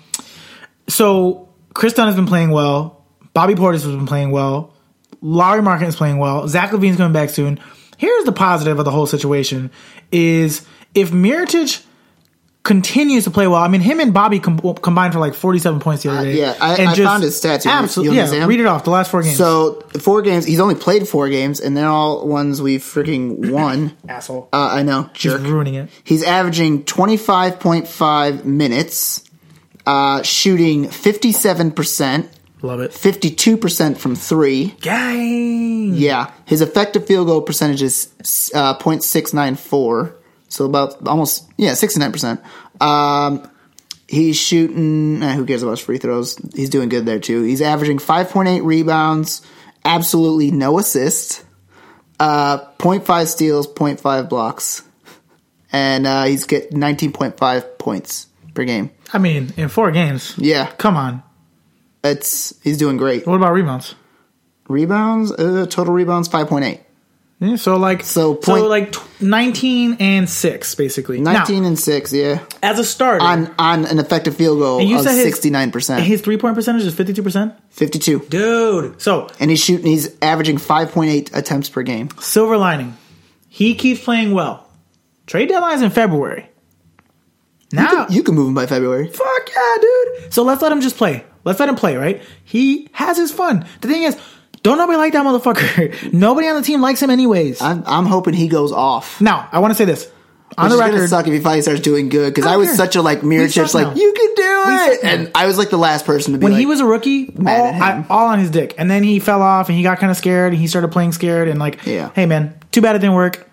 Speaker 1: so Chris Dunn has been playing well. Bobby Portis has been playing well. Larry Market is playing well. Zach Levine's coming back soon. Here's the positive of the whole situation: is if Miritich continues to play well. I mean, him and Bobby com- combined for like 47 points the other day.
Speaker 2: yeah, I-
Speaker 1: and
Speaker 2: I found his stats. You want- you
Speaker 1: Absolutely,
Speaker 2: want to see
Speaker 1: yeah.
Speaker 2: 'em?
Speaker 1: Read it off the last four games.
Speaker 2: So four games. He's only played four games, and they're all ones we freaking won.
Speaker 1: asshole,
Speaker 2: Uh, I know,
Speaker 1: just
Speaker 2: jerk.
Speaker 1: ruining it.
Speaker 2: He's averaging twenty five point five minutes, uh, shooting fifty seven percent,
Speaker 1: Love it.
Speaker 2: fifty two percent from three.
Speaker 1: Gang.
Speaker 2: Yeah, his effective field goal percentage is uh, 0.694, so about almost yeah sixty nine percent. Um, he's shooting. eh, who cares about his free throws? He's doing good there too. He's averaging five point eight rebounds, absolutely no assists, uh, 0.5 steals, 0.5 blocks, and uh, he's get nineteen point five points per game.
Speaker 1: I mean, in four games.
Speaker 2: Yeah,
Speaker 1: Come on.
Speaker 2: it's he's doing great.
Speaker 1: What about rebounds?
Speaker 2: Rebounds, uh, total rebounds five point eight.
Speaker 1: Yeah, so like
Speaker 2: So
Speaker 1: so
Speaker 2: point-
Speaker 1: like t- 19 and 6 basically. Now,
Speaker 2: 19 and 6, yeah.
Speaker 1: as a starter.
Speaker 2: on on an effective field goal
Speaker 1: And you
Speaker 2: of
Speaker 1: said his-
Speaker 2: sixty nine
Speaker 1: and
Speaker 2: percent,
Speaker 1: his three-point percentage is 52%.
Speaker 2: fifty two,
Speaker 1: Dude. So,
Speaker 2: and he's shooting. He's averaging five point eight attempts per game.
Speaker 1: silver lining. He keeps playing well. Trade deadline's in February. Now
Speaker 2: You can move him by February.
Speaker 1: Fuck yeah, dude. So let's let him just play. Let's let him play, right? He has his fun. The thing is, don't nobody like that motherfucker. nobody on the team likes him anyways.
Speaker 2: I'm, I'm hoping he goes off.
Speaker 1: now, I want to say this. On
Speaker 2: Which
Speaker 1: the
Speaker 2: is gonna
Speaker 1: record,
Speaker 2: suck if he finally starts doing good because
Speaker 1: I
Speaker 2: I,
Speaker 1: don't
Speaker 2: was
Speaker 1: care.
Speaker 2: such a like mirror
Speaker 1: suck
Speaker 2: chips like
Speaker 1: now.
Speaker 2: you can do
Speaker 1: We
Speaker 2: it,
Speaker 1: suck now.
Speaker 2: and I was like the last person to be
Speaker 1: when
Speaker 2: like,
Speaker 1: he was a rookie,
Speaker 2: mad
Speaker 1: all,
Speaker 2: at him.
Speaker 1: I, all on his dick. And then he fell off and he got kind of scared and he started playing scared and like,
Speaker 2: Yeah.
Speaker 1: hey man, too bad it didn't work.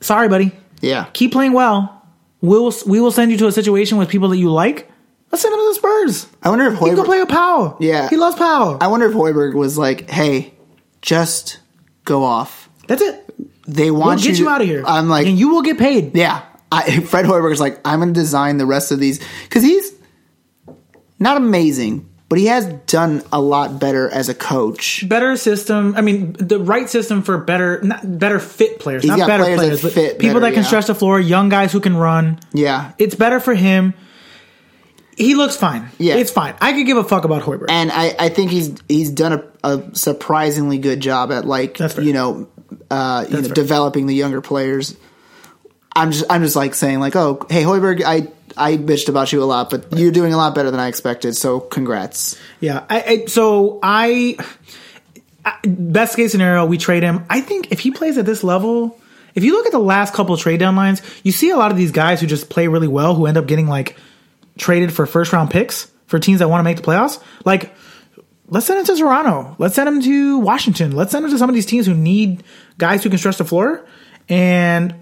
Speaker 1: Sorry, buddy.
Speaker 2: yeah.
Speaker 1: Keep playing well. We'll we will send you to a situation with people that you like Let's send him to the Spurs.
Speaker 2: I wonder if
Speaker 1: He can go
Speaker 2: Hoiberg.
Speaker 1: play with Powell.
Speaker 2: Yeah.
Speaker 1: He loves Powell.
Speaker 2: I wonder if Hoiberg was like, "Hey, just go off.
Speaker 1: That's it.
Speaker 2: They
Speaker 1: We'll
Speaker 2: want
Speaker 1: get
Speaker 2: to-
Speaker 1: you out of here.
Speaker 2: I'm like,
Speaker 1: and you will get paid.
Speaker 2: yeah. I, Fred Hoiberg's like, I'm going to design the rest of these because he's not amazing, but he has done a lot better as a coach.
Speaker 1: better system. I mean, the right system for better, not better fit players, not
Speaker 2: got
Speaker 1: better
Speaker 2: players
Speaker 1: players,
Speaker 2: that
Speaker 1: but
Speaker 2: fit
Speaker 1: people
Speaker 2: better,
Speaker 1: that can
Speaker 2: yeah.
Speaker 1: stretch the floor, young guys who can run.
Speaker 2: Yeah,
Speaker 1: It's better for him. He looks fine.
Speaker 2: Yeah.
Speaker 1: it's fine. I could give a fuck about Hoiberg.
Speaker 2: and I, I think he's he's done a, a surprisingly good job at like
Speaker 1: That's fair.
Speaker 2: you know, uh, you know
Speaker 1: fair.
Speaker 2: developing the younger players. I'm just I'm just like saying like oh hey Hoiberg I I bitched about you a lot but you're doing a lot better than I expected so congrats
Speaker 1: yeah. I, I so I, I best case scenario, we trade him. I think if he plays at this level. If you look at the last couple of trade deadlines, you see a lot of these guys who just play really well who end up getting like traded for first round picks for teams that want to make the playoffs. Like let's send him to Toronto. Let's send him to Washington. Let's send him to some of these teams who need guys who can stretch the floor and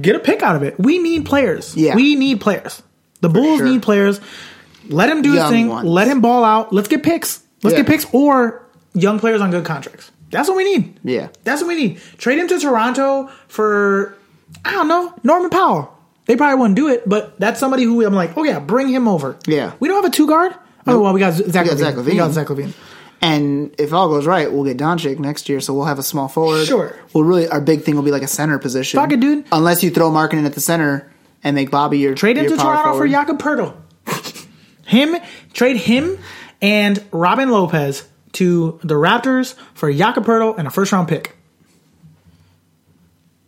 Speaker 1: get a pick out of it. We need players.
Speaker 2: Yeah.
Speaker 1: We need players. The Bulls
Speaker 2: sure.
Speaker 1: need players. Let him do his
Speaker 2: Young
Speaker 1: thing.
Speaker 2: ones.
Speaker 1: Let him ball out. Let's get picks. Let's
Speaker 2: Yeah.
Speaker 1: get picks or young players on good contracts. That's what we need.
Speaker 2: Yeah.
Speaker 1: That's what we need. Trade him to Toronto for I don't know, Norman Powell. They probably wouldn't do it, but that's somebody who I'm like, oh yeah, bring him over.
Speaker 2: Yeah.
Speaker 1: We don't have a two guard? Oh well we got Zach
Speaker 2: We got Zach
Speaker 1: Levine. We got
Speaker 2: Levine.
Speaker 1: Zach Levine.
Speaker 2: and if all goes right we'll get Doncic next year so we'll have a small forward
Speaker 1: Sure.
Speaker 2: we'll really our big thing will be like a center position
Speaker 1: Fuck it, dude.
Speaker 2: unless you throw Markin at the center and make Bobby your
Speaker 1: Trade him to
Speaker 2: your power
Speaker 1: Toronto for
Speaker 2: forward.
Speaker 1: Jakob Pertl. him, trade him and Robin Lopez to the Raptors for Jakob Pertl and a first round pick.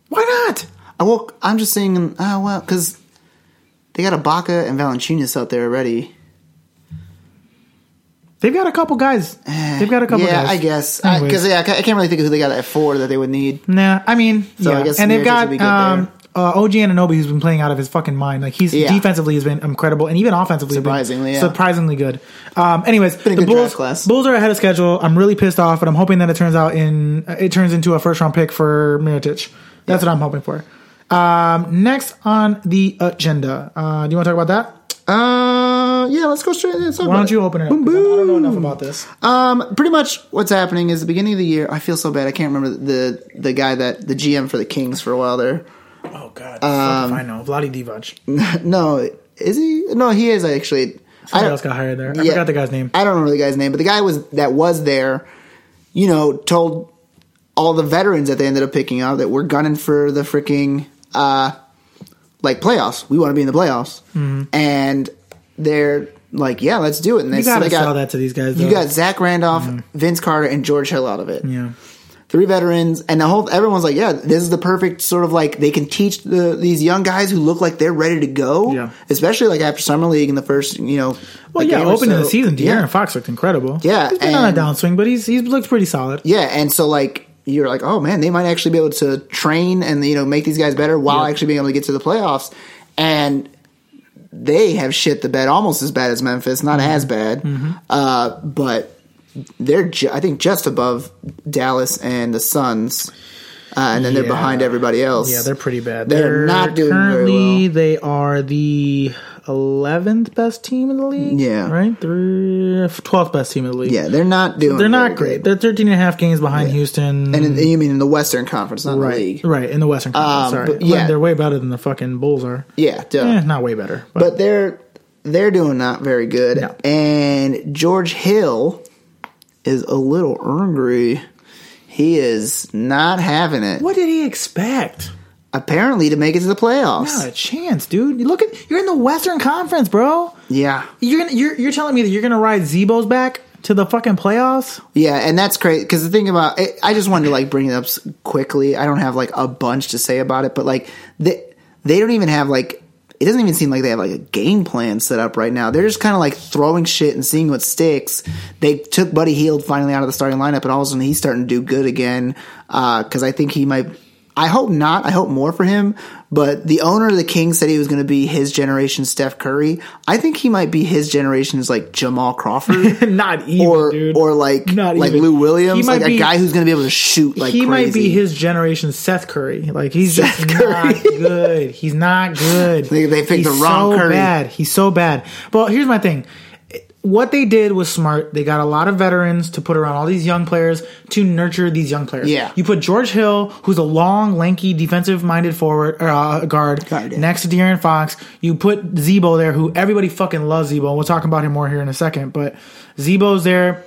Speaker 1: Why not?
Speaker 2: I woke. I'm just saying. Oh well, because they got Ibaka and Valanciunas out there already.
Speaker 1: They've got a couple guys. They've got a couple
Speaker 2: Eh, yeah,
Speaker 1: guys.
Speaker 2: I guess Uh,
Speaker 1: Anyways.
Speaker 2: because yeah, I ca- I can't really think of who they got at four that they would need.
Speaker 1: Nah, I mean,
Speaker 2: So I
Speaker 1: yeah.
Speaker 2: guess
Speaker 1: and they've
Speaker 2: Miritich
Speaker 1: got
Speaker 2: would be good
Speaker 1: um, uh, OG Ananobi who's been playing out of his fucking mind. Like he's
Speaker 2: Yeah.
Speaker 1: defensively has been incredible, and even offensively been
Speaker 2: Surprisingly, yeah.
Speaker 1: surprisingly good. Um, anyways,
Speaker 2: a
Speaker 1: the
Speaker 2: good draft
Speaker 1: Bulls
Speaker 2: class.
Speaker 1: Bulls are ahead of schedule. I'm really pissed off, but I'm hoping that it turns out in uh, it turns into a first round pick for Miritich. That's what I'm hoping for. Um, next on the agenda, uh, do you want to talk about that?
Speaker 2: Uh, yeah, let's go straight. Let's talk
Speaker 1: Why
Speaker 2: about
Speaker 1: don't you open it? up? 'Cause I I don't know enough about this.
Speaker 2: Um, pretty much what's happening is the beginning of the year. I feel so bad. I can't remember the the guy that the GM for the Kings for a while there.
Speaker 1: Oh God,
Speaker 2: Um,
Speaker 1: fuck if I know Vladi Divac.
Speaker 2: no, is he? No, he is actually. I
Speaker 1: Somebody
Speaker 2: don't-
Speaker 1: else got hired there. I
Speaker 2: Yeah.
Speaker 1: forgot the guy's name.
Speaker 2: I don't remember the guy's name, but the guy was that was there, you know, told all the veterans that they ended up picking up that we're gunning for the freaking uh like playoffs. We want to be in the playoffs. And they're like, yeah, let's do it. And
Speaker 1: Mm-hmm.
Speaker 2: they,
Speaker 1: You
Speaker 2: so
Speaker 1: gotta
Speaker 2: they got
Speaker 1: sell that to these guys. Though.
Speaker 2: you got Zach Randolph, Vince Carter, and George Hill out of it.
Speaker 1: yeah.
Speaker 2: Three veterans, and the whole everyone's like, yeah, this is the perfect sort of like they can teach the these young guys who look like they're ready to go.
Speaker 1: Yeah.
Speaker 2: Especially like after summer league in the first, you know,
Speaker 1: Well,
Speaker 2: like
Speaker 1: yeah,
Speaker 2: game or
Speaker 1: opening
Speaker 2: so.
Speaker 1: the season, De'Aaron
Speaker 2: Yeah.
Speaker 1: Fox looked incredible.
Speaker 2: Yeah,
Speaker 1: he's been on
Speaker 2: and-
Speaker 1: a downswing, but he's he's looked pretty solid.
Speaker 2: Yeah, and so like you're like, oh man, they might actually be able to train and you know make these guys better while actually being able to get to the playoffs. And they have shit the bed almost as bad as Memphis, not
Speaker 1: Mm-hmm.
Speaker 2: as bad, uh, but they're ju- I think just above Dallas and the Suns, uh, and then they're
Speaker 1: Yeah.
Speaker 2: behind everybody else.
Speaker 1: Yeah, they're pretty bad.
Speaker 2: They're not doing very
Speaker 1: currently.
Speaker 2: well.
Speaker 1: They are the eleventh best team in the league.
Speaker 2: Yeah.
Speaker 1: right. Twelfth best team in the league.
Speaker 2: yeah, they're not doing.
Speaker 1: they're
Speaker 2: very
Speaker 1: not
Speaker 2: good.
Speaker 1: great. They're 13 and a half games behind Houston.
Speaker 2: And in, you mean in the Western Conference, not
Speaker 1: right,
Speaker 2: the league?
Speaker 1: right in the Western
Speaker 2: Um,
Speaker 1: Conference. Sorry,
Speaker 2: but yeah.
Speaker 1: But they're way better than the fucking Bulls are.
Speaker 2: Yeah, duh.
Speaker 1: Eh, not way better, but,
Speaker 2: but they're they're doing not very good.
Speaker 1: No.
Speaker 2: And George Hill is a little angry. He is not having it.
Speaker 1: what did he expect?
Speaker 2: Apparently, to make it to the playoffs.
Speaker 1: Not a chance, dude. You look at you're in the Western Conference, bro.
Speaker 2: Yeah,
Speaker 1: You're gonna, you're you're telling me that you're gonna ride Zebo's back to the fucking playoffs?
Speaker 2: yeah, and that's crazy. Because the thing about it, I just wanted to like bring it up s- quickly. I don't have like a bunch to say about it, but like they they don't even have like it doesn't even seem like they have like a game plan set up right now. They're just kind of like throwing shit and seeing what sticks. They took Buddy Heald finally out of the starting lineup, and all of a sudden he's starting to do good again. Because uh, I think he might I hope not. I hope more for him. But the owner of the Kings said he was going to be his generation Steph Curry. I think he might be his generation's like Jamal Crawford
Speaker 1: Not even,
Speaker 2: or
Speaker 1: dude.
Speaker 2: or like
Speaker 1: Not
Speaker 2: like
Speaker 1: even.
Speaker 2: Lou
Speaker 1: He
Speaker 2: Williams,
Speaker 1: might
Speaker 2: like
Speaker 1: be-
Speaker 2: a guy who's going to be able to shoot like
Speaker 1: he might be
Speaker 2: crazy.
Speaker 1: his generation Seth Curry. Like he's just
Speaker 2: Curry.
Speaker 1: not good. He's not good.
Speaker 2: They- they picked
Speaker 1: He's
Speaker 2: the wrong
Speaker 1: so
Speaker 2: Curry.
Speaker 1: Bad. He's so bad. But here's my thing. What they did was smart. They got a lot of veterans to put around all these young players to nurture these young players.
Speaker 2: Yeah.
Speaker 1: you put George Hill, who's a long, lanky, defensive-minded forward or uh, guard,
Speaker 2: Guard, yeah.
Speaker 1: next to De'Aaron Fox. You put Zebo there, who everybody fucking loves. Zebo. We'll talk about him more here in a second. But Zebo's there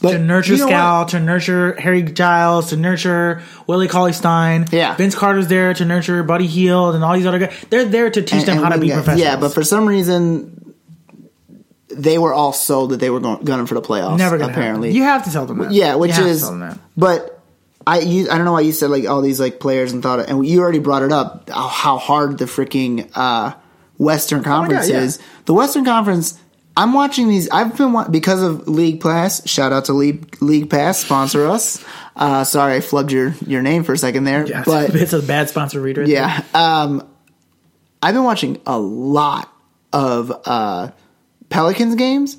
Speaker 2: But
Speaker 1: to nurture
Speaker 2: you know what?
Speaker 1: Scal, to nurture Harry Giles, to nurture Willie Cauley Stein.
Speaker 2: Yeah.
Speaker 1: Vince Carter's there to nurture Buddy Heald and all these other guys. They're there to teach them
Speaker 2: And-
Speaker 1: how to
Speaker 2: and
Speaker 1: be
Speaker 2: yeah,
Speaker 1: professionals.
Speaker 2: Yeah, but for some reason, they were all sold that they were going, gunning for the playoffs.
Speaker 1: never gonna
Speaker 2: apparently,
Speaker 1: happen. You have to tell them that.
Speaker 2: yeah, which
Speaker 1: You have to
Speaker 2: is
Speaker 1: tell them that.
Speaker 2: but. I you, I don't know why you said like all these like players and thought and you already brought it up how- how hard the freaking uh, Western Conference
Speaker 1: Oh yeah.
Speaker 2: is. The Western Conference. I'm watching these. I've been wa- because of League Pass. Shout out to League League Pass sponsor us. Uh, sorry, I flubbed your your name for a second there,
Speaker 1: Yeah,
Speaker 2: but
Speaker 1: it's a bad sponsor reader.
Speaker 2: yeah. Um, I've been watching a lot of uh, Pelicans games,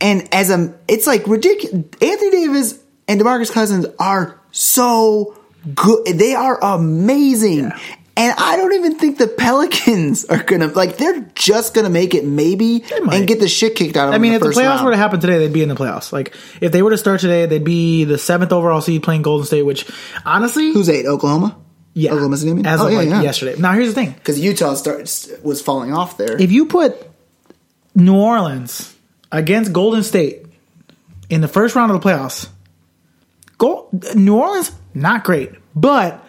Speaker 2: and as a, it's like ridiculous. Anthony Davis and DeMarcus Cousins are so good; they are amazing. And I don't even think the Pelicans are gonna like. They're just gonna make it, maybe,
Speaker 1: might.
Speaker 2: and get the shit kicked out of them.
Speaker 1: I mean,
Speaker 2: in
Speaker 1: if
Speaker 2: the
Speaker 1: the
Speaker 2: first
Speaker 1: playoffs
Speaker 2: round.
Speaker 1: were to happen today, they'd be in the playoffs. Like, if they were to start today, they'd be the seventh overall seed playing Golden State, which honestly,
Speaker 2: who's eight? Oklahoma.
Speaker 1: yeah,
Speaker 2: Oklahoma City. you mean?
Speaker 1: as
Speaker 2: oh,
Speaker 1: of
Speaker 2: yeah,
Speaker 1: like
Speaker 2: yeah.
Speaker 1: yesterday. Now, here's the thing:
Speaker 2: Because Utah starts was falling off there.
Speaker 1: if you put New Orleans against Golden State in the first round of the playoffs, Gol New Orleans not great, but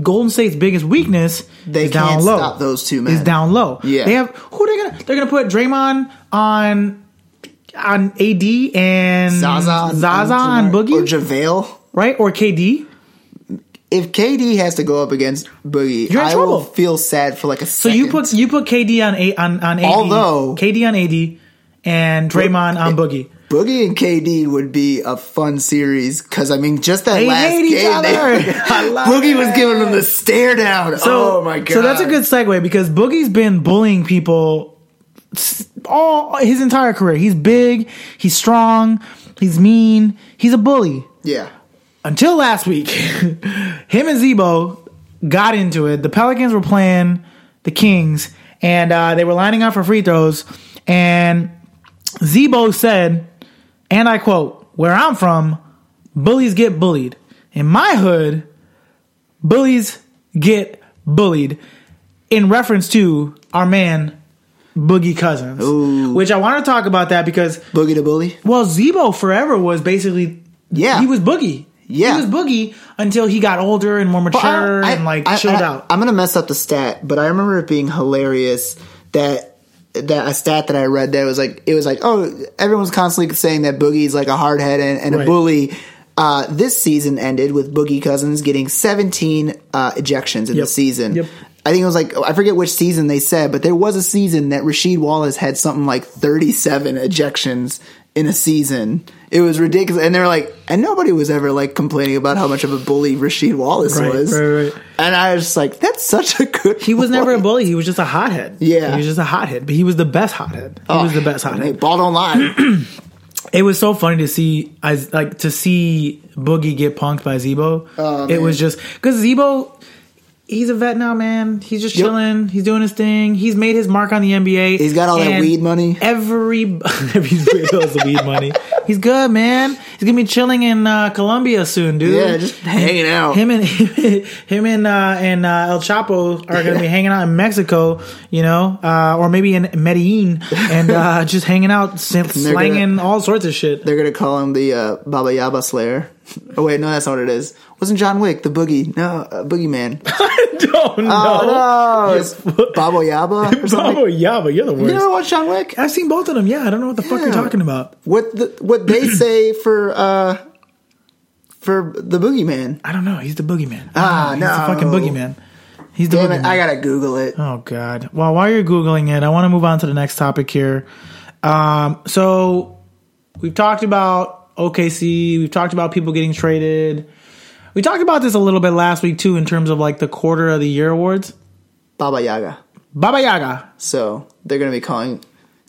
Speaker 1: Golden State's biggest weakness
Speaker 2: They
Speaker 1: is down
Speaker 2: can't
Speaker 1: low.
Speaker 2: stop those two
Speaker 1: is
Speaker 2: men.
Speaker 1: down low.
Speaker 2: Yeah.
Speaker 1: they have who they gonna they're gonna put Draymond on on AD and
Speaker 2: Mm-hmm. Zaza, and-
Speaker 1: Zaza and
Speaker 2: and Jamar-
Speaker 1: Boogie
Speaker 2: or Javale.
Speaker 1: right or KD.
Speaker 2: If KD has to go up against Boogie,
Speaker 1: You're in
Speaker 2: I
Speaker 1: trouble.
Speaker 2: will feel sad for like a
Speaker 1: So
Speaker 2: second.
Speaker 1: you put you put KD on a on on AD,
Speaker 2: Although-
Speaker 1: KD on AD and Draymond on Boogie.
Speaker 2: Boogie and KD would be a fun series because I mean, just that
Speaker 1: They
Speaker 2: last
Speaker 1: hate each
Speaker 2: game, they-
Speaker 1: other. I love
Speaker 2: Boogie was giving them the stare down.
Speaker 1: So,
Speaker 2: oh my god!
Speaker 1: So that's a good segue because Boogie's been bullying people s- all his entire career. He's big, he's strong, he's mean, he's a bully.
Speaker 2: yeah.
Speaker 1: Until last week, him and Zebo got into it. The Pelicans were playing the Kings, and uh, they were lining up for free throws. And Zebo said, and I quote, "Where I'm from, bullies get bullied. In my hood, bullies get bullied." In reference to our man Boogie Cousins, which I want to talk about that because
Speaker 2: Boogie to bully.
Speaker 1: well, Zebo forever was basically
Speaker 2: Yeah.
Speaker 1: he was boogie.
Speaker 2: Yeah.
Speaker 1: he was boogie until he got older and more
Speaker 2: But I-
Speaker 1: mature
Speaker 2: I-
Speaker 1: and like
Speaker 2: I-
Speaker 1: chilled
Speaker 2: I-
Speaker 1: out.
Speaker 2: I'm gonna mess up the stat, but I remember it being hilarious that that a stat that I read that was like it was like oh everyone's constantly saying that Boogie's like a hard head and, and
Speaker 1: Right.
Speaker 2: a bully. Uh, this season ended with Boogie Cousins getting 17 uh, ejections in
Speaker 1: Yep.
Speaker 2: the season.
Speaker 1: Yep.
Speaker 2: I think it was like I forget which season they said, but there was a season that Rasheed Wallace had something like 37 ejections in a season. It was ridiculous, and they were like, and nobody was ever like complaining about how much of a bully Rasheed Wallace
Speaker 1: Right,
Speaker 2: was.
Speaker 1: right, right.
Speaker 2: And I was just like, that's such a good.
Speaker 1: he was never a bully. He was just a hothead.
Speaker 2: Yeah. Oh,
Speaker 1: he was just a hothead. But he was the best hothead. He was the best hothead.
Speaker 2: Ball don't lie.
Speaker 1: It was so funny to see, I like to see Boogie get punked by Zebo.
Speaker 2: Oh,
Speaker 1: it
Speaker 2: man.
Speaker 1: was just because Zebo, he's a vet now, man. He's just
Speaker 2: Yep.
Speaker 1: chilling. He's doing his thing. He's made his mark on the NBA.
Speaker 2: He's got all that
Speaker 1: And
Speaker 2: weed money.
Speaker 1: Every he's those weed money. He's good, man. He's gonna be chilling in uh, Colombia soon, dude.
Speaker 2: yeah, just hanging out.
Speaker 1: him and him and uh, and uh, El Chapo are going to be hanging out in Mexico, you know, uh, or maybe in Medellin, and uh, just hanging out, sl-
Speaker 2: they're gonna-
Speaker 1: slanging all sorts of shit.
Speaker 2: They're gonna call him the uh, Baba Yaba Slayer. Oh wait, no, that's not what it is. Wasn't John Wick the boogie? No, uh, boogeyman.
Speaker 1: I don't know.
Speaker 2: Oh no, it's Baba Yaba. Or something.
Speaker 1: Baba Yaba, you're the
Speaker 2: You
Speaker 1: worst.
Speaker 2: never watched John Wick?
Speaker 1: I've seen both of them. Yeah, I don't know what the fuck you're
Speaker 2: Yeah.
Speaker 1: talking about.
Speaker 2: What the, what they say for uh for the boogeyman?
Speaker 1: I don't know. He's the boogeyman.
Speaker 2: Ah,
Speaker 1: Oh, he's the
Speaker 2: no.
Speaker 1: fucking boogeyman. He's the
Speaker 2: Damn
Speaker 1: boogeyman.
Speaker 2: it, I gotta Google it.
Speaker 1: Oh God! Well, while you're googling it, I want to move on to the next topic here. Um, so we've talked about OKC. We've talked about people getting traded. We talked about this a little bit last week too, in terms of like the quarter of the year awards.
Speaker 2: Baba Yaga.
Speaker 1: Baba Yaga.
Speaker 2: So they're gonna be calling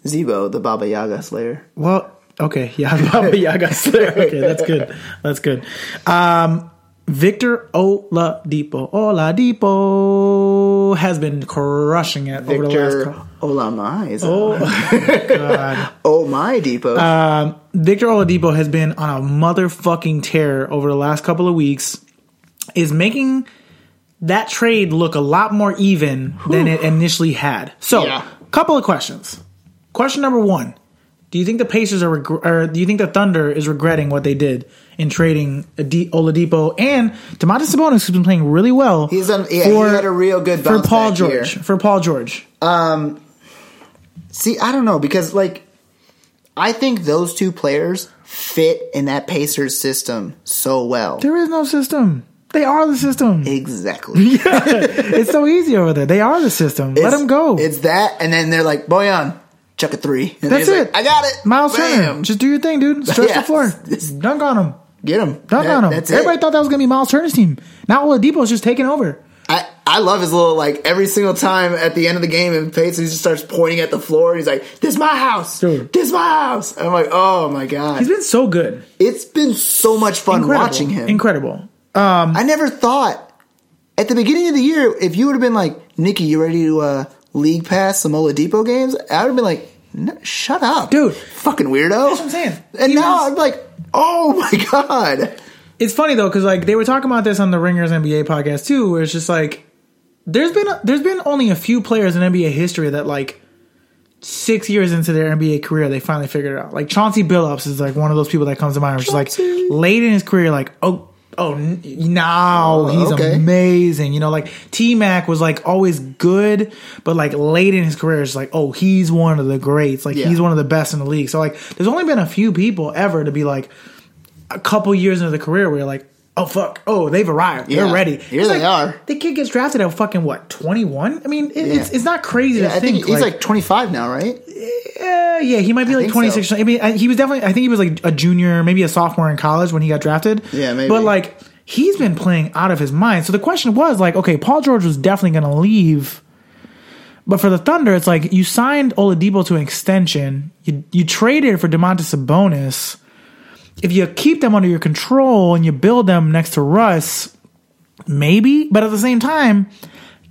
Speaker 2: Zebo the Baba Yaga Slayer.
Speaker 1: Well, okay, yeah, Baba Yaga Slayer. Okay, that's good. That's good. Um, Victor Oladipo, Oladipo has been crushing it over the last.
Speaker 2: Victor
Speaker 1: couple-
Speaker 2: Olamai is
Speaker 1: Oh,
Speaker 2: oh.
Speaker 1: Uh,
Speaker 2: oh my depot.
Speaker 1: Um, Victor Oladipo has been on a motherfucking tear over the last couple of weeks. Is making that trade look a lot more even than it initially had. So,
Speaker 2: Yeah.
Speaker 1: couple of questions. Question number one: Do you think the Pacers are, regr or do you think the Thunder is regretting what they did in trading Adi- Oladipo and Demontis Sabonis, who's been playing really well?
Speaker 2: He's done- yeah, he had a real good
Speaker 1: for
Speaker 2: bounce
Speaker 1: Paul
Speaker 2: back year.
Speaker 1: George. For Paul George,
Speaker 2: Um, See, I don't know because like I think those two players fit in that Pacers system so well.
Speaker 1: there is no system. They are the system.
Speaker 2: exactly.
Speaker 1: it's so easy over there. They are the system. Let
Speaker 2: It's-
Speaker 1: them go.
Speaker 2: It's that, and then they're like, Boyan, chuck a three. And
Speaker 1: That's
Speaker 2: he's like,
Speaker 1: it.
Speaker 2: I got it.
Speaker 1: Miles Turner,
Speaker 2: Bam.
Speaker 1: just do your thing, dude. Stretch
Speaker 2: Yeah.
Speaker 1: the floor. Dunk on him.
Speaker 2: Get him.
Speaker 1: Dunk
Speaker 2: That-
Speaker 1: on him.
Speaker 2: That's
Speaker 1: Everybody
Speaker 2: it.
Speaker 1: thought that was gonna be Miles Turner's team. Now Oladipo's just taking over.
Speaker 2: I, I love his little like every single time at the end of the game and Pacers he just starts pointing at the floor and he's like, This is my house.
Speaker 1: Dude.
Speaker 2: This is my house. I'm like, oh my God.
Speaker 1: He's been so good.
Speaker 2: it's been so much fun
Speaker 1: Incredible.
Speaker 2: watching him.
Speaker 1: Incredible.
Speaker 2: I never thought at the beginning of the year, if you would have been like, Nikki, you ready to uh, league pass some Oladipo games? I would have been like, "No, shut up.
Speaker 1: Dude.
Speaker 2: Fucking weirdo.
Speaker 1: That's what I'm saying.
Speaker 2: And
Speaker 1: He
Speaker 2: now
Speaker 1: was-
Speaker 2: I'm like, oh my God.
Speaker 1: It's funny though, because like they were talking about this on the Ringers NBA podcast too, where it's just like there's been there's been only a few players in NBA history that like six years into their NBA career they finally figured it out. Like Chauncey Billups is like one of those people that comes to mind, which is like
Speaker 2: Chauncey.
Speaker 1: late in his career, like oh. Oh, n- now
Speaker 2: Oh,
Speaker 1: he's
Speaker 2: okay.
Speaker 1: amazing. You know, like T Mac was like always good, but like late in his career, it's like, oh, he's one of the greats. Like
Speaker 2: Yeah.
Speaker 1: he's one of the best in the league. So like, there's only been a few people ever to be like, a couple years into the career where you're like, oh fuck, oh they've arrived,
Speaker 2: Yeah.
Speaker 1: they're ready.
Speaker 2: Here
Speaker 1: It's
Speaker 2: they
Speaker 1: like,
Speaker 2: are.
Speaker 1: The kid gets drafted at fucking what, twenty one? I mean, it, it's it's not crazy
Speaker 2: Yeah,
Speaker 1: to
Speaker 2: I think
Speaker 1: think.
Speaker 2: he's like 25 now, right?
Speaker 1: uh, yeah, he might be like
Speaker 2: think
Speaker 1: twenty six.
Speaker 2: so.
Speaker 1: I mean, I, he was definitely. I think he was like a junior, maybe a sophomore in college when he got drafted.
Speaker 2: Yeah, maybe.
Speaker 1: But like, he's been playing out of his mind. So the question was like, okay, Paul George was definitely going to leave. But for the Thunder, it's like you signed Oladipo to an extension. You you traded for Demontis Sabonis. If you keep them under your control and you build them next to Russ, maybe. But at the same time,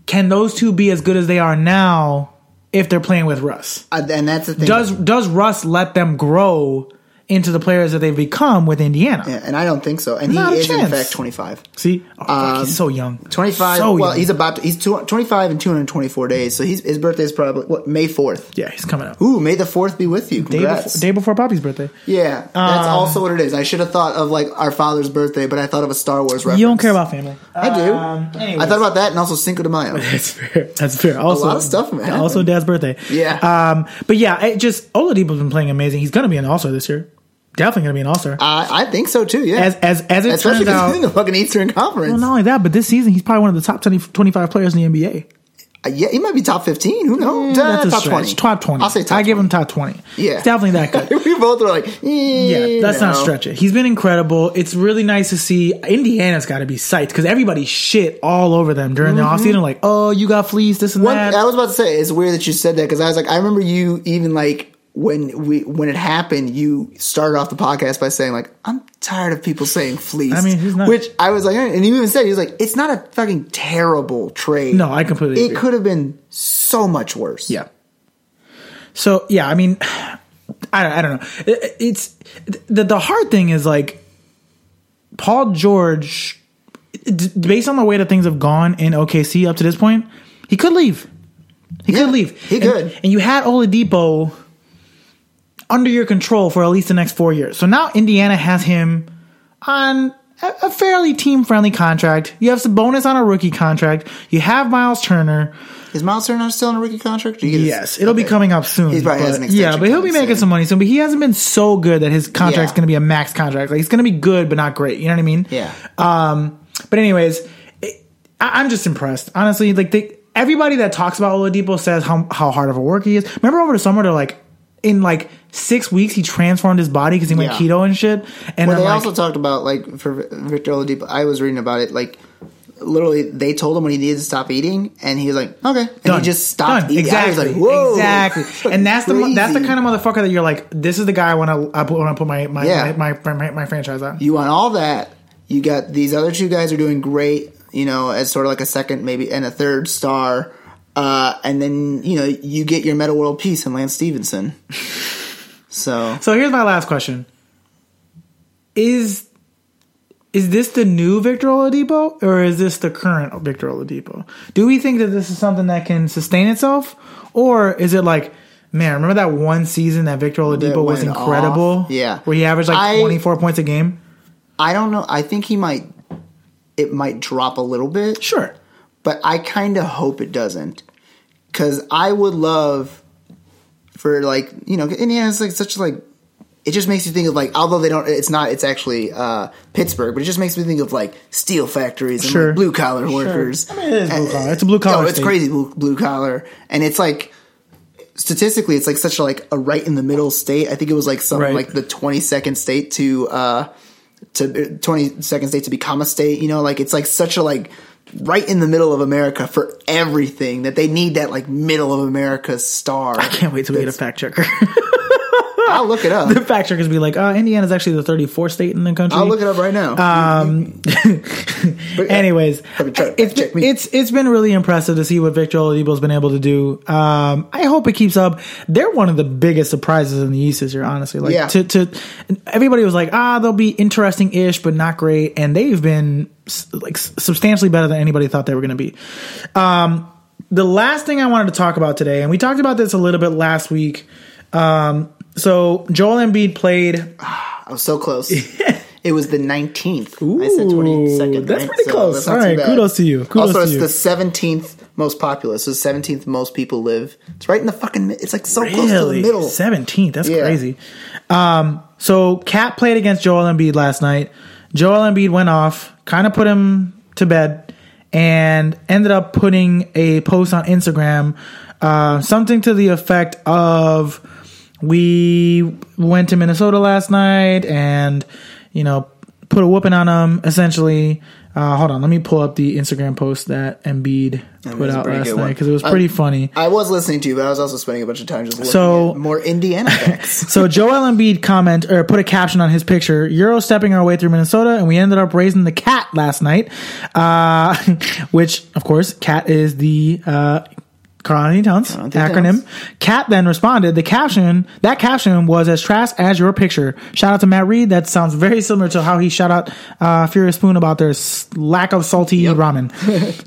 Speaker 1: can those two be as good as they are now if they're playing with Russ?
Speaker 2: Uh, and that's the thing.
Speaker 1: Does does Russ let them grow into the players that they've become with Indiana?
Speaker 2: Yeah, and I don't think so. And
Speaker 1: Not a
Speaker 2: he is, in
Speaker 1: chance.
Speaker 2: fact, 25.
Speaker 1: See, oh, fuck, he's so young.
Speaker 2: 25.
Speaker 1: So
Speaker 2: Um, well,
Speaker 1: young.
Speaker 2: he's about to, he's two, 25 and 224 days. So he's, his birthday is probably, what, May 4th?
Speaker 1: yeah, he's coming up.
Speaker 2: Ooh, May the 4th be with you.
Speaker 1: Day
Speaker 2: Congrats.
Speaker 1: before, day before Poppy's birthday.
Speaker 2: Yeah, that's
Speaker 1: Um,
Speaker 2: also what it is. I should have thought of like our father's birthday, but I thought of a Star Wars reference.
Speaker 1: You don't care about family.
Speaker 2: I do.
Speaker 1: Um,
Speaker 2: I thought about that and also Cinco de Mayo.
Speaker 1: That's fair. That's fair. Also,
Speaker 2: lot of stuff, man.
Speaker 1: Also, Dad's birthday.
Speaker 2: Yeah.
Speaker 1: Um. But yeah, it just Oladipo's been playing amazing. He's gonna be an All Star this year. Definitely gonna be an All Star.
Speaker 2: I, I think so too. Yeah,
Speaker 1: As as as it turns
Speaker 2: especially because he's
Speaker 1: out.
Speaker 2: in the fucking Eastern Conference.
Speaker 1: Well, not only that, but this season he's probably one of the top 20, 25 players in the NBA.
Speaker 2: Uh, yeah, he might be top fifteen. Who knows? Uh,
Speaker 1: Mm, That's a
Speaker 2: top
Speaker 1: stretch. Top twenty.
Speaker 2: I'll say top.
Speaker 1: I give him top twenty.
Speaker 2: Yeah.
Speaker 1: It's definitely that good.
Speaker 2: 20. we both were like, eh,
Speaker 1: Yeah, that's not
Speaker 2: no.
Speaker 1: stretching. He's been incredible. It's really nice to see. Indiana's got to be psyched because everybody shit all over them during the offseason. Like, oh, you got fleas, this and
Speaker 2: Mm-hmm. One,
Speaker 1: that.
Speaker 2: I was about to say it's weird that you said that because I was like, I remember you even like when we when it happened, you started off the podcast by saying like, I'm tired of people saying fleece.
Speaker 1: I mean, who's not?
Speaker 2: Which I was like, eh, and you even said he was like, it's not a fucking terrible trade.
Speaker 1: no, I completely
Speaker 2: it
Speaker 1: agree.
Speaker 2: could have been so much worse.
Speaker 1: Yeah. So yeah, I mean, I don't, I don't know. It, it's the the hard thing is like Paul George, d- based on the way that things have gone in OKC up to this point, he could leave. He
Speaker 2: Yeah,
Speaker 1: could leave.
Speaker 2: he
Speaker 1: And-
Speaker 2: could.
Speaker 1: And you had Oladipo under your control for at least the next four years. So now Indiana has him on a a fairly team friendly contract. You have Sabonis on a rookie contract. You have Miles Turner.
Speaker 2: Is Miles Turner still on a rookie contract? Do you get
Speaker 1: Yes,
Speaker 2: his-
Speaker 1: it'll be
Speaker 2: okay.
Speaker 1: coming up soon.
Speaker 2: He probably
Speaker 1: but-
Speaker 2: has an
Speaker 1: yeah,
Speaker 2: extension
Speaker 1: but he'll be
Speaker 2: coming
Speaker 1: making
Speaker 2: soon.
Speaker 1: some money soon. But he hasn't been so good that his contract's
Speaker 2: Yeah.
Speaker 1: going to be a max contract. Like he's going to be good, but not great. You know what I mean?
Speaker 2: Yeah.
Speaker 1: But anyways, it, I, I'm just impressed, honestly. Like they, everybody that talks about Oladipo says how how hard of a work he is. Remember over the summer they're like, in like six weeks he transformed his body because he went
Speaker 2: Yeah.
Speaker 1: keto and shit. And
Speaker 2: Well,
Speaker 1: I'm
Speaker 2: they
Speaker 1: like,
Speaker 2: also talked about like for Victor Oladipo. I was reading about it. Like literally, they told him when he needed to stop eating, and he was like, "Okay," and
Speaker 1: done.
Speaker 2: he just stopped
Speaker 1: Done.
Speaker 2: eating. I was
Speaker 1: Exactly.
Speaker 2: like, "Whoa!"
Speaker 1: Exactly. And that's the mo- that's the
Speaker 2: Crazy.
Speaker 1: kind of motherfucker that you're like, this is the guy I want to I want to put my my,
Speaker 2: Yeah.
Speaker 1: my, my my my franchise on.
Speaker 2: you want all that. You got these other two guys are doing great, you know, as sort of like a second, maybe, and a third star. Uh, and then, you know, you get your Meta World piece in Lance Stevenson. So,
Speaker 1: So here's my last question: Is is this the new Victor Oladipo, or is this the current Victor Oladipo? Do we think that this is something that can sustain itself, or is it like, man, remember that one season that Victor Oladipo
Speaker 2: That
Speaker 1: was
Speaker 2: went
Speaker 1: incredible?
Speaker 2: off? Yeah.
Speaker 1: where he averaged like
Speaker 2: I-
Speaker 1: 24 points a game.
Speaker 2: I don't know. I think he might, it might drop a little bit,
Speaker 1: Sure,
Speaker 2: but I kind of hope it doesn't. Cause I would love for, like, you know, and yeah, it's like such like, it just makes you think of like, although they don't, it's not, it's actually uh, Pittsburgh, but it just makes me think of like steel factories and
Speaker 1: Sure.
Speaker 2: blue collar workers.
Speaker 1: I mean, it is
Speaker 2: And-
Speaker 1: blue collar. It's a blue collar
Speaker 2: No, it's
Speaker 1: state.
Speaker 2: crazy blue, blue collar, and it's like statistically, it's like such a, like a right in the middle state. I think it was like some
Speaker 1: Right.
Speaker 2: like the twenty second state to uh to twenty second state to become a state. You know, like it's like such a like right in the middle of America for everything that they need that like middle of America star. I
Speaker 1: can't wait till we get a fact checker.
Speaker 2: I'll look it up.
Speaker 1: the fact checkers be like, uh, Indiana's actually the 34th state in the country.
Speaker 2: I'll look it up right now.
Speaker 1: Um,
Speaker 2: Mm-hmm. But-
Speaker 1: Anyways,
Speaker 2: Have you tried-
Speaker 1: it's,
Speaker 2: check me.
Speaker 1: it's it's been really impressive to see what Victor Oladipo's been able to do. Um, I hope it keeps up. They're one of the biggest surprises in the East this year, honestly. Like
Speaker 2: Yeah.
Speaker 1: to to everybody was like, ah, they'll be interesting ish, but not great, and they've been s- like s- substantially better than anybody thought they were going to be. Um, the last thing I wanted to talk about today, and we talked about this a little bit last week. Um, so Joel Embiid played
Speaker 2: I was so close. it was the 19th. I said
Speaker 1: Ooh,
Speaker 2: 22nd.
Speaker 1: that's
Speaker 2: right?
Speaker 1: pretty close.
Speaker 2: not
Speaker 1: All
Speaker 2: too
Speaker 1: right,
Speaker 2: bad.
Speaker 1: kudos to you. Kudos
Speaker 2: also,
Speaker 1: to
Speaker 2: it's
Speaker 1: you.
Speaker 2: the 17th most populous. So 17th most people live. It's right in the fucking. mi- It's like so close to the middle.
Speaker 1: Seventeenth. That's
Speaker 2: Yeah.
Speaker 1: crazy. Um, so Cat played against Joel Embiid last night. Joel Embiid went off, kind of put him to bed, and ended up putting a post on Instagram, uh, something to the effect of, "We went to Minnesota last night, and you know." Put a whooping on him, essentially. Uh, hold on, let me pull up the Instagram post that Embiid put
Speaker 2: was a
Speaker 1: out
Speaker 2: pretty
Speaker 1: last
Speaker 2: good one.
Speaker 1: night because it was pretty funny.
Speaker 2: I was listening to you, but I was also spending a bunch of time just looking
Speaker 1: So-
Speaker 2: at more Indiana facts.
Speaker 1: So Joel Embiid comment or put a caption on his picture: "Euro stepping our way through Minnesota, and we ended up raising the cat last night." Uh, which, of course, cat is the uh, Karl Anthony Towns acronym.
Speaker 2: Towns.
Speaker 1: Cat then responded: "The caption that caption was as trash as your picture." Shout out to Matt Reed. That sounds very similar to how he shout out uh, Furious Spoon about their s- lack of salty ramen.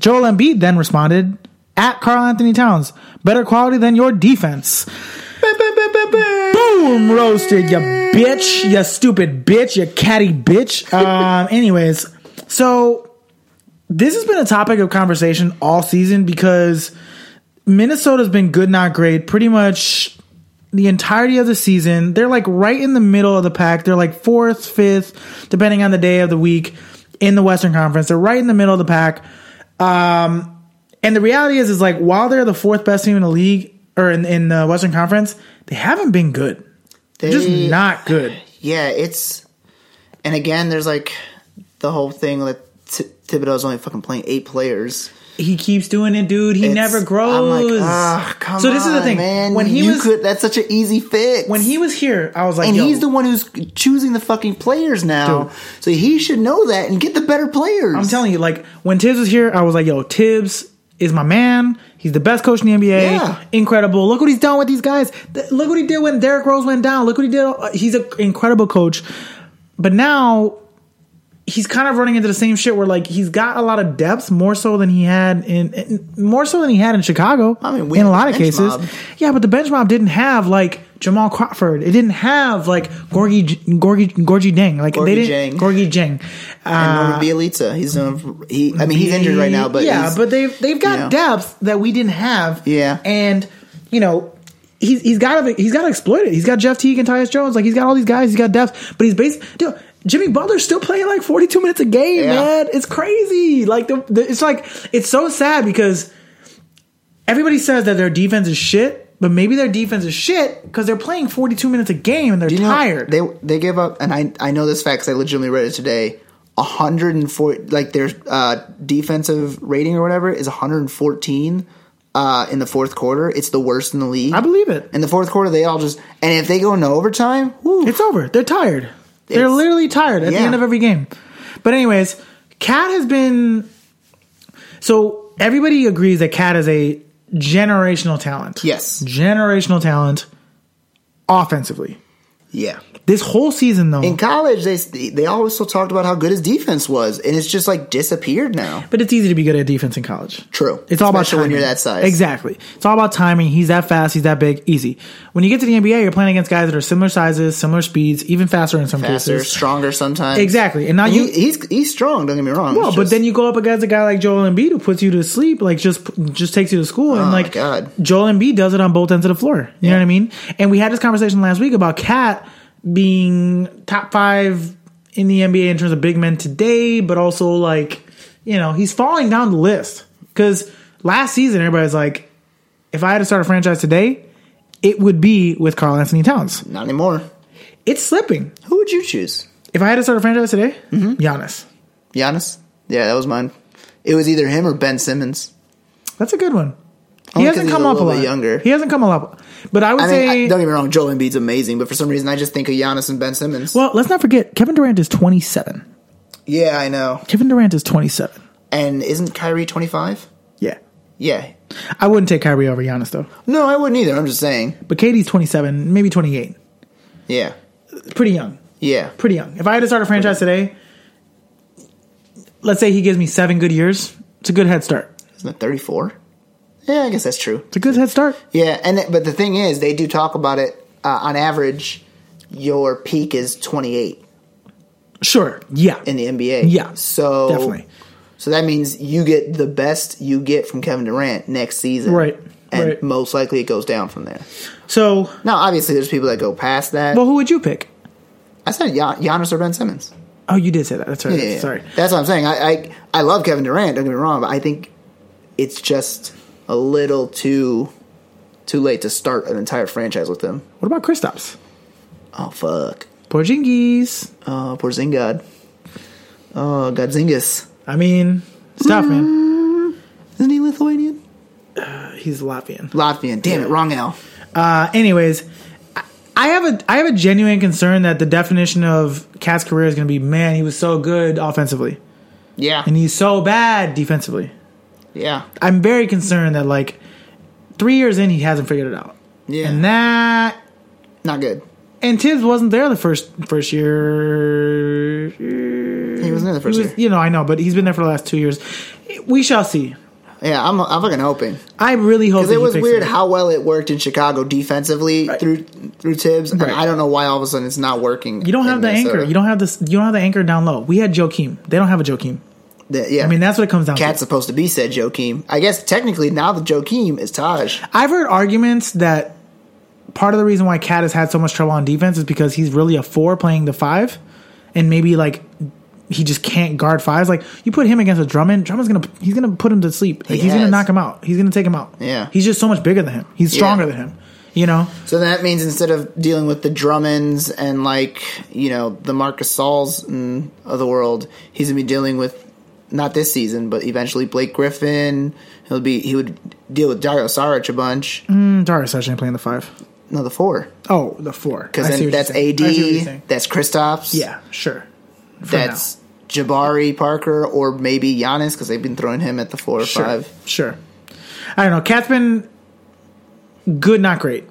Speaker 1: Joel Embiid then responded. At Carl Anthony Towns, better quality than your defense. Boom, roasted, you bitch, you stupid bitch, you catty bitch. Um, anyways, so this has been a topic of conversation all season because Minnesota's been good, not great, pretty much the entirety of the season. They're like right in the middle of the pack. They're like fourth, fifth, depending on the day of the week in the Western Conference. They're right in the middle of the pack. And the reality is, is like while they're the fourth best team in the league or in, in the Western Conference, they haven't been good. They're just
Speaker 2: They-
Speaker 1: not good.
Speaker 2: yeah, it's. And again, there's like the whole thing that T- Thibodeau's only fucking playing eight players.
Speaker 1: He keeps doing it, dude. He
Speaker 2: It's-
Speaker 1: never
Speaker 2: I'm
Speaker 1: grows.
Speaker 2: like, ah, come
Speaker 1: so this is the
Speaker 2: on,
Speaker 1: thing.
Speaker 2: man.
Speaker 1: When he
Speaker 2: You
Speaker 1: was
Speaker 2: could, that's such an easy fix.
Speaker 1: when he was here, I was like,
Speaker 2: and
Speaker 1: Yo,
Speaker 2: he's the one who's choosing the fucking players now.
Speaker 1: Dude.
Speaker 2: So he should know that and get the better players.
Speaker 1: I'm telling you, like when Tibbs was here, I was like, yo, Tibbs is my man. He's the best coach in the NBA.
Speaker 2: Yeah.
Speaker 1: Incredible. Look what he's done with these guys. Th- Look what he did when Derrick Rose went down. Look what he did. Uh, He's an incredible coach. But now he's kind of running into the same shit where like he's got a lot of depth more so than he had in, in- more so than he had in Chicago.
Speaker 2: I mean, we
Speaker 1: in a
Speaker 2: had the
Speaker 1: lot of
Speaker 2: bench
Speaker 1: cases.
Speaker 2: mob.
Speaker 1: Yeah, but the bench mob didn't have like Jamal Crawford. It didn't have like Gorgie Gorgie Gorgie Deng. Like
Speaker 2: Gorgie
Speaker 1: they didn't
Speaker 2: Jang.
Speaker 1: Gorgie Jang.
Speaker 2: and Norman Bielitsa, he's known. For, he, I mean, he's injured right now, but
Speaker 1: yeah,
Speaker 2: he's-
Speaker 1: but they've they've got
Speaker 2: you know.
Speaker 1: depth that we didn't have.
Speaker 2: Yeah.
Speaker 1: and you know. He's, he's got to he's got to exploit it. He's got Jeff Teague and Tyus Jones. Like he's got all these guys. He's got depth, but he's based. Dude, Jimmy Butler's still playing like forty two minutes a game,
Speaker 2: Yeah.
Speaker 1: man. It's crazy. Like the, the it's like it's so sad because everybody says that their defense is shit, but maybe their defense is shit because they're playing 42 minutes a game and they're
Speaker 2: You know,
Speaker 1: tired.
Speaker 2: They they give up, and I I know this fact because I legitimately read it today. 104 like their uh, defensive rating or whatever is 114 uh, in the fourth quarter. It's the worst in the league.
Speaker 1: I believe it.
Speaker 2: in the fourth quarter, they all just and if they go into overtime, whew,
Speaker 1: It's over. They're tired. They're
Speaker 2: It's-
Speaker 1: literally tired at
Speaker 2: Yeah.
Speaker 1: the end of every game. But anyways, Cat has been so everybody agrees that Cat is a generational talent.
Speaker 2: yes,
Speaker 1: Generational talent offensively.
Speaker 2: yeah.
Speaker 1: This whole season though.
Speaker 2: In college, they they always still talked about how good his defense was, and it's just like disappeared now.
Speaker 1: but it's easy to be good at defense in college.
Speaker 2: True,
Speaker 1: It's all about
Speaker 2: Especially
Speaker 1: timing.
Speaker 2: when you're that size.
Speaker 1: Exactly. It's all about timing. He's that fast. He's that big. Easy. When you get to the NBA, you're playing against guys that are similar sizes, similar speeds, even faster in some
Speaker 2: faster,
Speaker 1: cases.
Speaker 2: stronger sometimes.
Speaker 1: Exactly. And now
Speaker 2: And
Speaker 1: you
Speaker 2: he, he's he's strong. Don't get me wrong.
Speaker 1: Well,
Speaker 2: It's
Speaker 1: but
Speaker 2: just-
Speaker 1: then you go up against a guy like Joel Embiid who puts you to sleep, like just just takes you to school, and
Speaker 2: Oh,
Speaker 1: like
Speaker 2: God.
Speaker 1: Joel Embiid does it on both ends of the floor. You know
Speaker 2: Yeah.
Speaker 1: what I mean? And we had this conversation last week about Cat being top five in the NBA in terms of big men today, but also like you know he's falling down the list because last season everybody's like, if I had to start a franchise today, it would be with Carl Anthony Towns.
Speaker 2: not anymore.
Speaker 1: It's slipping.
Speaker 2: Who would you choose?
Speaker 1: If I had to start a franchise today,
Speaker 2: Mm-hmm.
Speaker 1: Giannis.
Speaker 2: Giannis. Yeah, that was mine. It was either him or Ben Simmons.
Speaker 1: That's a good one. He
Speaker 2: Only 'cause
Speaker 1: hasn't
Speaker 2: he's
Speaker 1: come up
Speaker 2: a
Speaker 1: a
Speaker 2: little
Speaker 1: lot.
Speaker 2: bit younger.
Speaker 1: He hasn't come up. But I would
Speaker 2: I mean,
Speaker 1: say,
Speaker 2: I, don't get me wrong. Joel Embiid's amazing, but for some reason, I just think of Giannis and Ben Simmons.
Speaker 1: well, let's not forget Kevin Durant is 27.
Speaker 2: yeah, I know.
Speaker 1: Kevin Durant is 27.
Speaker 2: And isn't Kyrie twenty five?
Speaker 1: Yeah,
Speaker 2: Yeah.
Speaker 1: I wouldn't take Kyrie over Giannis though.
Speaker 2: No, I wouldn't either. I'm just saying.
Speaker 1: But Katie's 27, maybe 28.
Speaker 2: Yeah.
Speaker 1: Pretty young.
Speaker 2: Yeah.
Speaker 1: Pretty young. If I had to start a franchise today, let's say he gives me seven good years. It's a good head start.
Speaker 2: Isn't it thirty four? Yeah, I guess that's true.
Speaker 1: It's a good head start.
Speaker 2: Yeah, and th- but the thing is, they do talk about it. Uh, on average, your peak is 28
Speaker 1: Sure. Yeah.
Speaker 2: in the NBA.
Speaker 1: Yeah,
Speaker 2: so
Speaker 1: definitely.
Speaker 2: So that means you get the best you get from Kevin Durant next season,
Speaker 1: Right,
Speaker 2: And
Speaker 1: right.
Speaker 2: most likely it goes down from there.
Speaker 1: So,
Speaker 2: Now, obviously, there's people that go past that.
Speaker 1: well, who would you pick?
Speaker 2: I said Gian- Giannis or Ben Simmons.
Speaker 1: Oh, you did say that. That's right.
Speaker 2: Yeah,
Speaker 1: Sorry.
Speaker 2: that's what I'm saying. I, I I love Kevin Durant. Don't get me wrong, but I think it's just a little too too late to start an entire franchise with him.
Speaker 1: What about Kristaps?
Speaker 2: Oh fuck.
Speaker 1: Porzingis.
Speaker 2: Oh, poor Zingad. Oh, Godzingis.
Speaker 1: I mean, it's tough, man.
Speaker 2: Isn't he Lithuanian?
Speaker 1: He's Latvian.
Speaker 2: Latvian. Damn it, wrong L.
Speaker 1: Uh, anyways, I- I have a I have a genuine concern that the definition of Cat's career is going to be man, he was so good offensively
Speaker 2: Yeah.
Speaker 1: and he's so bad defensively.
Speaker 2: Yeah.
Speaker 1: I'm very concerned that like 3 years in he hasn't figured it out.
Speaker 2: Yeah.
Speaker 1: And that
Speaker 2: Not good.
Speaker 1: and Tibbs wasn't there the first first year. He
Speaker 2: He wasn't there the first
Speaker 1: was-
Speaker 2: year.
Speaker 1: You know, I know, but he's been there for the last 2 years. We shall see.
Speaker 2: Yeah, I'm, I'm fucking hoping.
Speaker 1: I really hope
Speaker 2: Because
Speaker 1: that
Speaker 2: it
Speaker 1: he
Speaker 2: was
Speaker 1: fixes
Speaker 2: weird
Speaker 1: it.
Speaker 2: how well it worked in Chicago defensively through through Tibbs. And
Speaker 1: Right.
Speaker 2: I don't know why all of a sudden it's not working.
Speaker 1: You don't
Speaker 2: in
Speaker 1: have the
Speaker 2: Minnesota.
Speaker 1: anchor. You don't have this. You don't have the anchor down low. We had Joakim. They don't have a Joakim.
Speaker 2: The- yeah.
Speaker 1: I mean, that's what it comes down
Speaker 2: Cat's
Speaker 1: to.
Speaker 2: supposed to be said Joakim. I guess technically now the Joakim is Taj.
Speaker 1: I've heard arguments that part of the reason why Cat has had so much trouble on defense is because he's really a four playing the five, and maybe like he just can't guard fives. Like you put him against a Drummond, Drummond's gonna he's gonna put him to sleep. Like
Speaker 2: He
Speaker 1: he's gonna
Speaker 2: has.
Speaker 1: knock him out. He's gonna take him out.
Speaker 2: Yeah.
Speaker 1: he's just so much bigger than him. He's
Speaker 2: Yeah.
Speaker 1: stronger than him. You know.
Speaker 2: So that means instead of dealing with the Drummonds and like you know the Marcus Sauls and of the world, he's gonna be dealing with not this season, but eventually Blake Griffin. He'll be he would deal with Dario Saric a bunch.
Speaker 1: Mm, Darius actually playing the five.
Speaker 2: No, the four
Speaker 1: Oh, the four.
Speaker 2: because
Speaker 1: I see
Speaker 2: then
Speaker 1: what you're
Speaker 2: that's
Speaker 1: saying.
Speaker 2: AD,
Speaker 1: I see what you're saying.
Speaker 2: that's Kristaps,
Speaker 1: Yeah, sure. For now.
Speaker 2: that's Jabari Parker, or maybe Giannis because they've been throwing him at the four or
Speaker 1: Sure.
Speaker 2: five.
Speaker 1: Sure. I don't know. Cat's been good, not great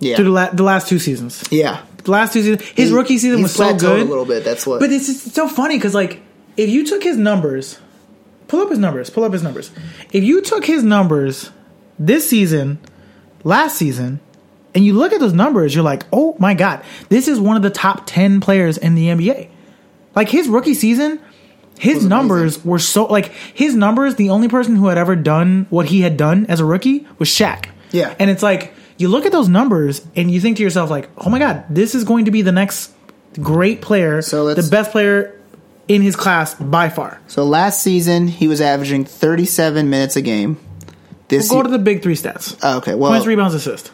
Speaker 2: Yeah,
Speaker 1: through the, la- the last two seasons.
Speaker 2: yeah.
Speaker 1: The last two seasons, his
Speaker 2: He-
Speaker 1: rookie season
Speaker 2: he's
Speaker 1: was so
Speaker 2: plateaued
Speaker 1: good.
Speaker 2: a little bit. That's what.
Speaker 1: But it's just so funny because like if you took his numbers, pull up his numbers, pull up his numbers. If you took his numbers this season, last season, and you look at those numbers, you're like, oh my god, this is one of the top ten players in the NBA. Like his rookie season, his numbers were so like his numbers. The only person who had ever done what he had done as a rookie was Shaq.
Speaker 2: Yeah.
Speaker 1: and it's like you look at those numbers and you think to yourself like, oh my god, this is going to be the next great player,
Speaker 2: So let's-
Speaker 1: the best player in his class by far.
Speaker 2: so last season he was averaging thirty-seven minutes a game. This
Speaker 1: Go
Speaker 2: year-
Speaker 1: to the big three stats:
Speaker 2: Oh, okay, well,
Speaker 1: points, rebounds, assist.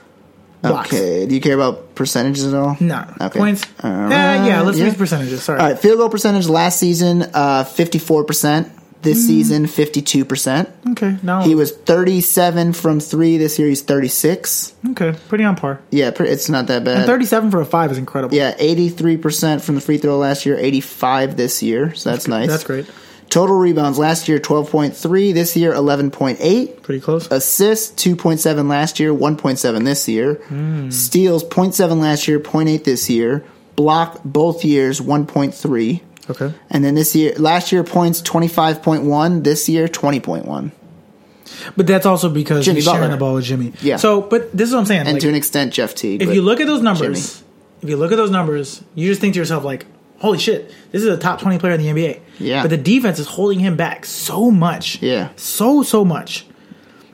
Speaker 1: blocks.
Speaker 2: Okay. Do you care about percentages at all?
Speaker 1: No.
Speaker 2: Okay.
Speaker 1: Points.
Speaker 2: All
Speaker 1: Uh,
Speaker 2: right.
Speaker 1: yeah, let's
Speaker 2: Yeah.
Speaker 1: use percentages. Sorry.
Speaker 2: All right. Field goal percentage last season, uh, 54%. This
Speaker 1: Mm.
Speaker 2: season, 52%.
Speaker 1: Okay. No.
Speaker 2: He was 37 from three. This year, he's 36.
Speaker 1: okay. Pretty on par.
Speaker 2: Yeah, pre- it's not that bad.
Speaker 1: 37 for a 5 is incredible.
Speaker 2: yeah, 83% from the free throw last year, 85 this year. So that's nice.
Speaker 1: That's great.
Speaker 2: Total rebounds last year, 12.3. This year, 11.8.
Speaker 1: Pretty close.
Speaker 2: Uh, Assists, 2.7 last year, 1.7 this year.
Speaker 1: Hmm.
Speaker 2: Steals, 0.7 last year, 0.8 this year. Block, both years, 1.3.
Speaker 1: okay.
Speaker 2: And then this year, last year points 25.1, this year 20.1.
Speaker 1: But that's also because
Speaker 2: Jimmy
Speaker 1: he's sharing
Speaker 2: Butler.
Speaker 1: the ball with Jimmy.
Speaker 2: Yeah.
Speaker 1: So, but this is what I'm saying.
Speaker 2: And
Speaker 1: like,
Speaker 2: to an extent, Jeff Teague.
Speaker 1: if
Speaker 2: but-
Speaker 1: you look at those numbers, if you look at those numbers, you just think to yourself like, "Holy shit, this is a top twenty player in the NBA."
Speaker 2: Yeah.
Speaker 1: But the defense is holding him back so much.
Speaker 2: Yeah.
Speaker 1: So so much.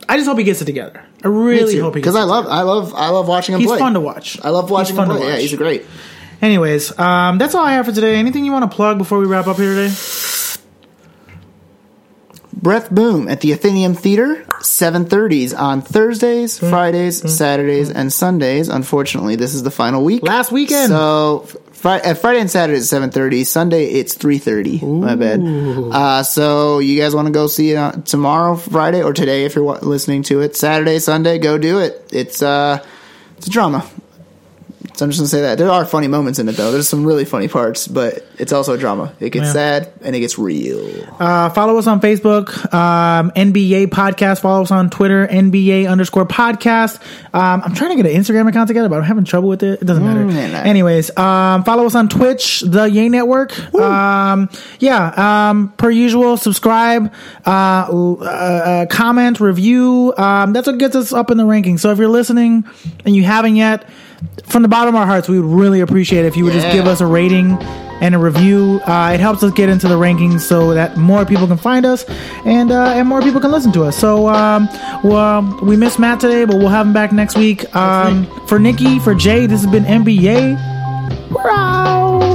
Speaker 1: I just hope he gets it together. I really hope he
Speaker 2: because
Speaker 1: gets
Speaker 2: I
Speaker 1: it.
Speaker 2: love, I love, I love watching him
Speaker 1: He's
Speaker 2: play.
Speaker 1: fun to watch.
Speaker 2: I love watching
Speaker 1: He's fun
Speaker 2: him
Speaker 1: to
Speaker 2: play. Yeah,
Speaker 1: watch.
Speaker 2: he's great.
Speaker 1: Anyways, um, that's all I have for today. Anything you want to plug before we wrap up here today?
Speaker 2: Breath Boom at the Athenaeum Theater, 7:30s on Thursdays,
Speaker 1: Mm-hmm.
Speaker 2: Fridays, Saturdays, and Sundays. Unfortunately, this is the final week.
Speaker 1: Last weekend.
Speaker 2: So Friday, uh, Friday and Saturday is 7:30. Sunday it's 3:30. My bad. Uh, so you guys want to go see it on, tomorrow, Friday, or today if you're wa- listening to it. Saturday, Sunday, go do it. It's uh, it's a drama. So I'm just gonna say that there are funny moments in it though. There's some really funny parts, but it's also a drama. It gets
Speaker 1: Yeah.
Speaker 2: sad and it gets real.
Speaker 1: Uh, follow us on Facebook, um, NBA Podcast. Follow us on Twitter, NBA underscore podcast. Um, I'm trying to get an Instagram account together, but I'm having trouble with it. It doesn't matter.
Speaker 2: Mm, yeah, nah.
Speaker 1: Anyways, um, follow us on Twitch, the Yay Network. Um, yeah, um, per usual, subscribe, uh, l- uh, uh, comment, review. Um, that's what gets us up in the rankings. So if you're listening and you haven't yet, from the bottom of our hearts, we would really appreciate it if you would just
Speaker 2: Yeah.
Speaker 1: give us a rating and a review. Uh, it helps us get into the rankings so that more people can find us and uh, and more people can listen to us. So um, well, we missed Matt today, but we'll have him back next week. Um, for Nikki, for Jay, this has been NBA. We're out.